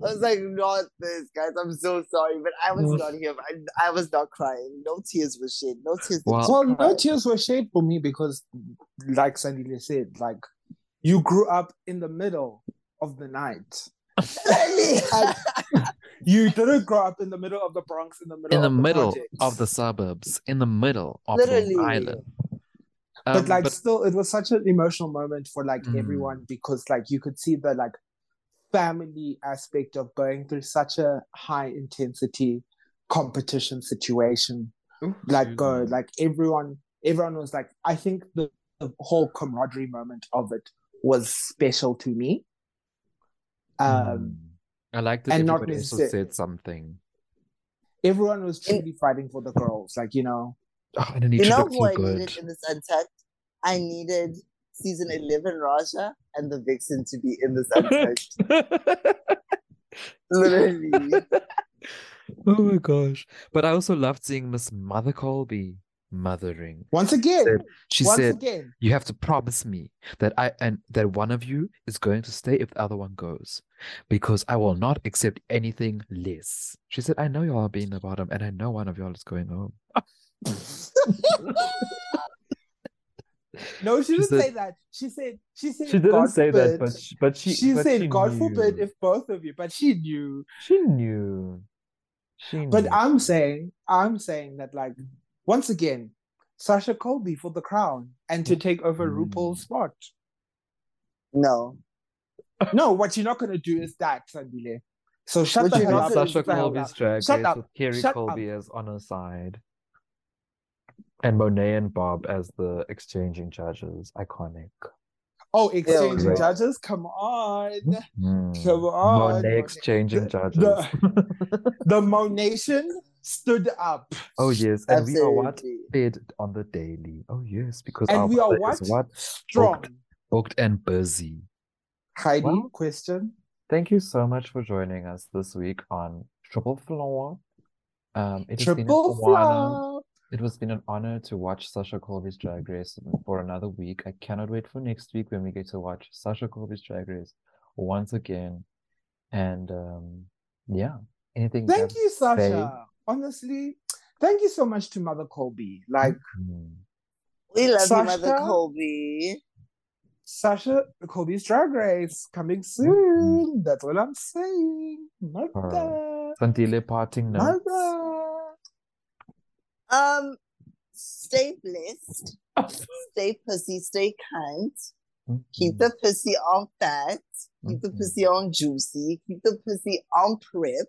A: was like, not this, guys. I'm so sorry, but I was
C: Mm.
A: not here. I, I was not crying. No tears were shed. No tears.
C: Well-
B: Well,
A: no
B: no tears were shed for me because, like Sandile said, like you grew up in the middle of the night.
A: [LAUGHS]
B: You didn't grow up in the middle of the Bronx, in the middle
C: in the
B: of
C: middle
B: projects.
C: of the suburbs, in the middle of
A: Literally.
C: Long Island.
B: but
C: Um,
B: like, still, it was such an emotional moment for like
C: Mm.
B: everyone because like you could see the like family aspect of going through such a high intensity competition situation. like uh, go
C: Ooh.
B: like everyone everyone was like i think the, the whole camaraderie moment of it was special to me
H: Hmm.
B: um
C: Mm. I like that
B: and not
C: everybody also
B: necessar-
C: said
H: [LAUGHS]
C: something.
B: everyone was truly fighting for the girls like you know
C: Oh, and then each
A: you know
C: looked
A: who
C: so
A: I
C: good.
A: needed in this untucked? I needed season eleven Raja and the Vixen to be in this
C: [LAUGHS]
A: untucked. Literally.
C: oh my gosh. But I also loved seeing Miss Mother Colby mothering.
B: once again
C: Said- She
B: once
C: said,
B: again
C: You have to promise me that I and that one of you is going to stay if the other one goes. Because I will not accept anything less. She said, I know y'all are being the bottom and I know one of y'all is going home.
B: no she
C: She
B: didn't
C: said-
B: say that she said she said
H: She didn't
B: "God
H: say that,
B: forbid."
H: but she, but she,
B: she,
H: but
B: said
H: she
B: god forbid
H: knew.
B: if both of you but she knew
H: she knew. She
B: but
H: knew.
B: i'm saying i'm saying that like once again sasha colby for the crown and
H: Hmm.
B: to take over
C: Mm.
B: rupaul's spot
A: no.
B: No, what you're not gonna do is that, Sandile. So shut
A: What
B: the
A: you're
B: hell
A: not
B: up.
A: gonna-
B: shut
H: Sasha
B: the hell
H: Colby's
B: up.
H: drag
B: Shut
H: race
B: up.
H: with Kerry
B: Shut
H: Colby as on her side.
C: And Monet and Bob as the exchanging judges, iconic.
B: Oh, exchanging
C: right.
B: judges? Come on.
C: Mm.
B: Come on.
C: Monet exchanging judges.
B: the- The Monation stood up.
C: [LAUGHS] oh yes, and we are what
A: Absolutely.
C: fed on the daily. Oh yes, because
B: And
C: our
B: we are
C: mother
B: what?
C: is what
B: Strong.
C: booked and busy.
B: Heidi,
C: Well-
B: question?
C: Thank you so much for joining us this week on Triple Floor. Um, it has been an
B: Triple
C: honor.
B: flop.
C: It has been an honor to watch Sasha Colby's Drag Race for another week. I cannot wait for next week when we get to watch Sasha Colby's Drag Race once again. And um, yeah, anything you
B: Thank
C: have
B: you,
C: to
B: Sasha.
C: say?
B: Honestly, thank you so much to Mother Colby. Like,
C: Mm.
A: We love you, Mother
B: Sasha?
A: Colby.
B: Sasha Colby's Drag Race coming soon. That's what I'm saying. Mother.
C: Sandile parting note.
B: Mother.
A: Um, stay blessed. Stay pussy. Stay cunt.
C: Mm-hmm.
A: Keep the pussy on fat. Keep the
C: Mhm.
A: pussy on juicy. Keep the pussy on prep.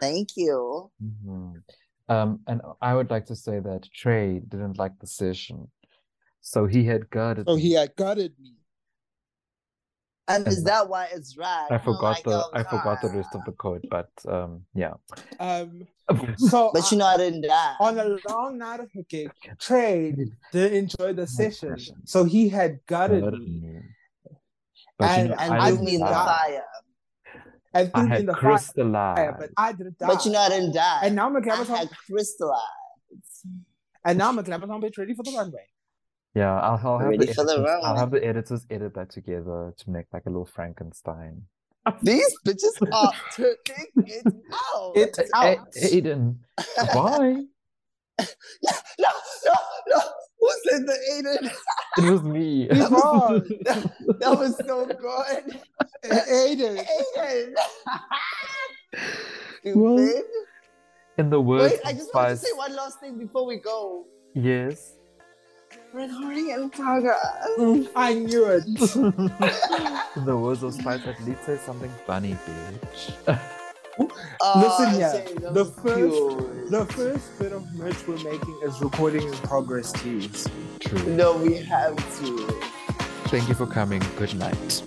A: Thank you.
C: Mhm. Um, and I would like to say that Trey didn't like the session, so he had gutted
B: Oh,
C: me.
B: he had gutted me.
A: And is
C: And-
A: that why it's right?
C: I forgot the I forgot the rest of the code, but um, yeah.
B: Um, so
A: [LAUGHS] But you know I didn't die.
B: on a long night of hooking, Trey didn't enjoy the session,
C: session.
B: so he had gutted
C: Gutted
B: me
C: me. But you
B: And-
C: know,
A: and
C: I
A: threw
C: didn't
A: me in the
C: die.
A: fire.
B: and
C: I
B: threw me in
C: had
B: the fire.
C: crystallized.
B: But I didn't die.
A: But you know I didn't die.
B: and now I'm a
A: I
B: Glamour
A: had crystallized.
B: and now I'm a Glamour bitch ready for the
A: [LAUGHS]
B: runway.
C: yeah, I'll, I'll have the
A: Ready for the
C: editors, I'll
A: runway.
C: have the editors edit that together to make like a little Frankenstein.
A: [LAUGHS] These bitches are turning it out.
B: It's out.
C: A- Aiden, bye.
A: [LAUGHS] no, no, no. Who said the Aiden?
C: It was me.
B: Yvonne.
A: That was so good.
B: Aiden.
A: Aiden. [LAUGHS]
C: Well,
A: Stupid.
C: In the words
A: Wait, I
C: of
A: just wanted to
C: Spice-
A: say one last thing before we go.
C: Yes.
A: Red Horny and Taga.
B: I knew it.
C: In the words of Spice, at least say something funny, bitch.
B: Listen
A: yeah.
B: here, the first the first bit of merch we're making is recording in progress tease.
C: True.
A: No, we have to.
C: Thank you for coming. Good night.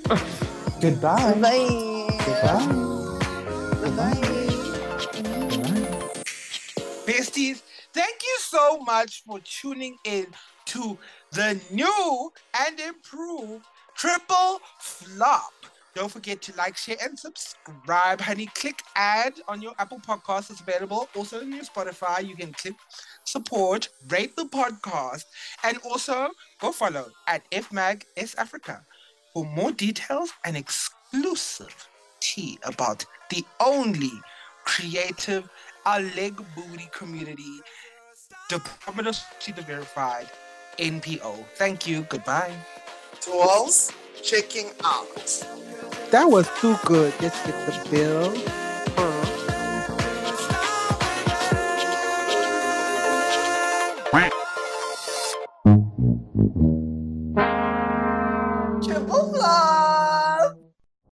B: Goodbye.
A: Bye.
B: Bye.
A: Bye.
B: Besties, thank you so much for tuning in to the new and improved Triple Flop. Don't forget to like, share, and subscribe, honey. Click add on your Apple Podcast. It's available also on your Spotify. You can click support, rate the podcast, and also go follow at FMAG S Africa for more details and exclusive tea about the only creative our leg booty community, Department of Safety Verified, NPO. Thank you. Goodbye.
A: Tools checking out.
B: That was too good. Let's get the bill.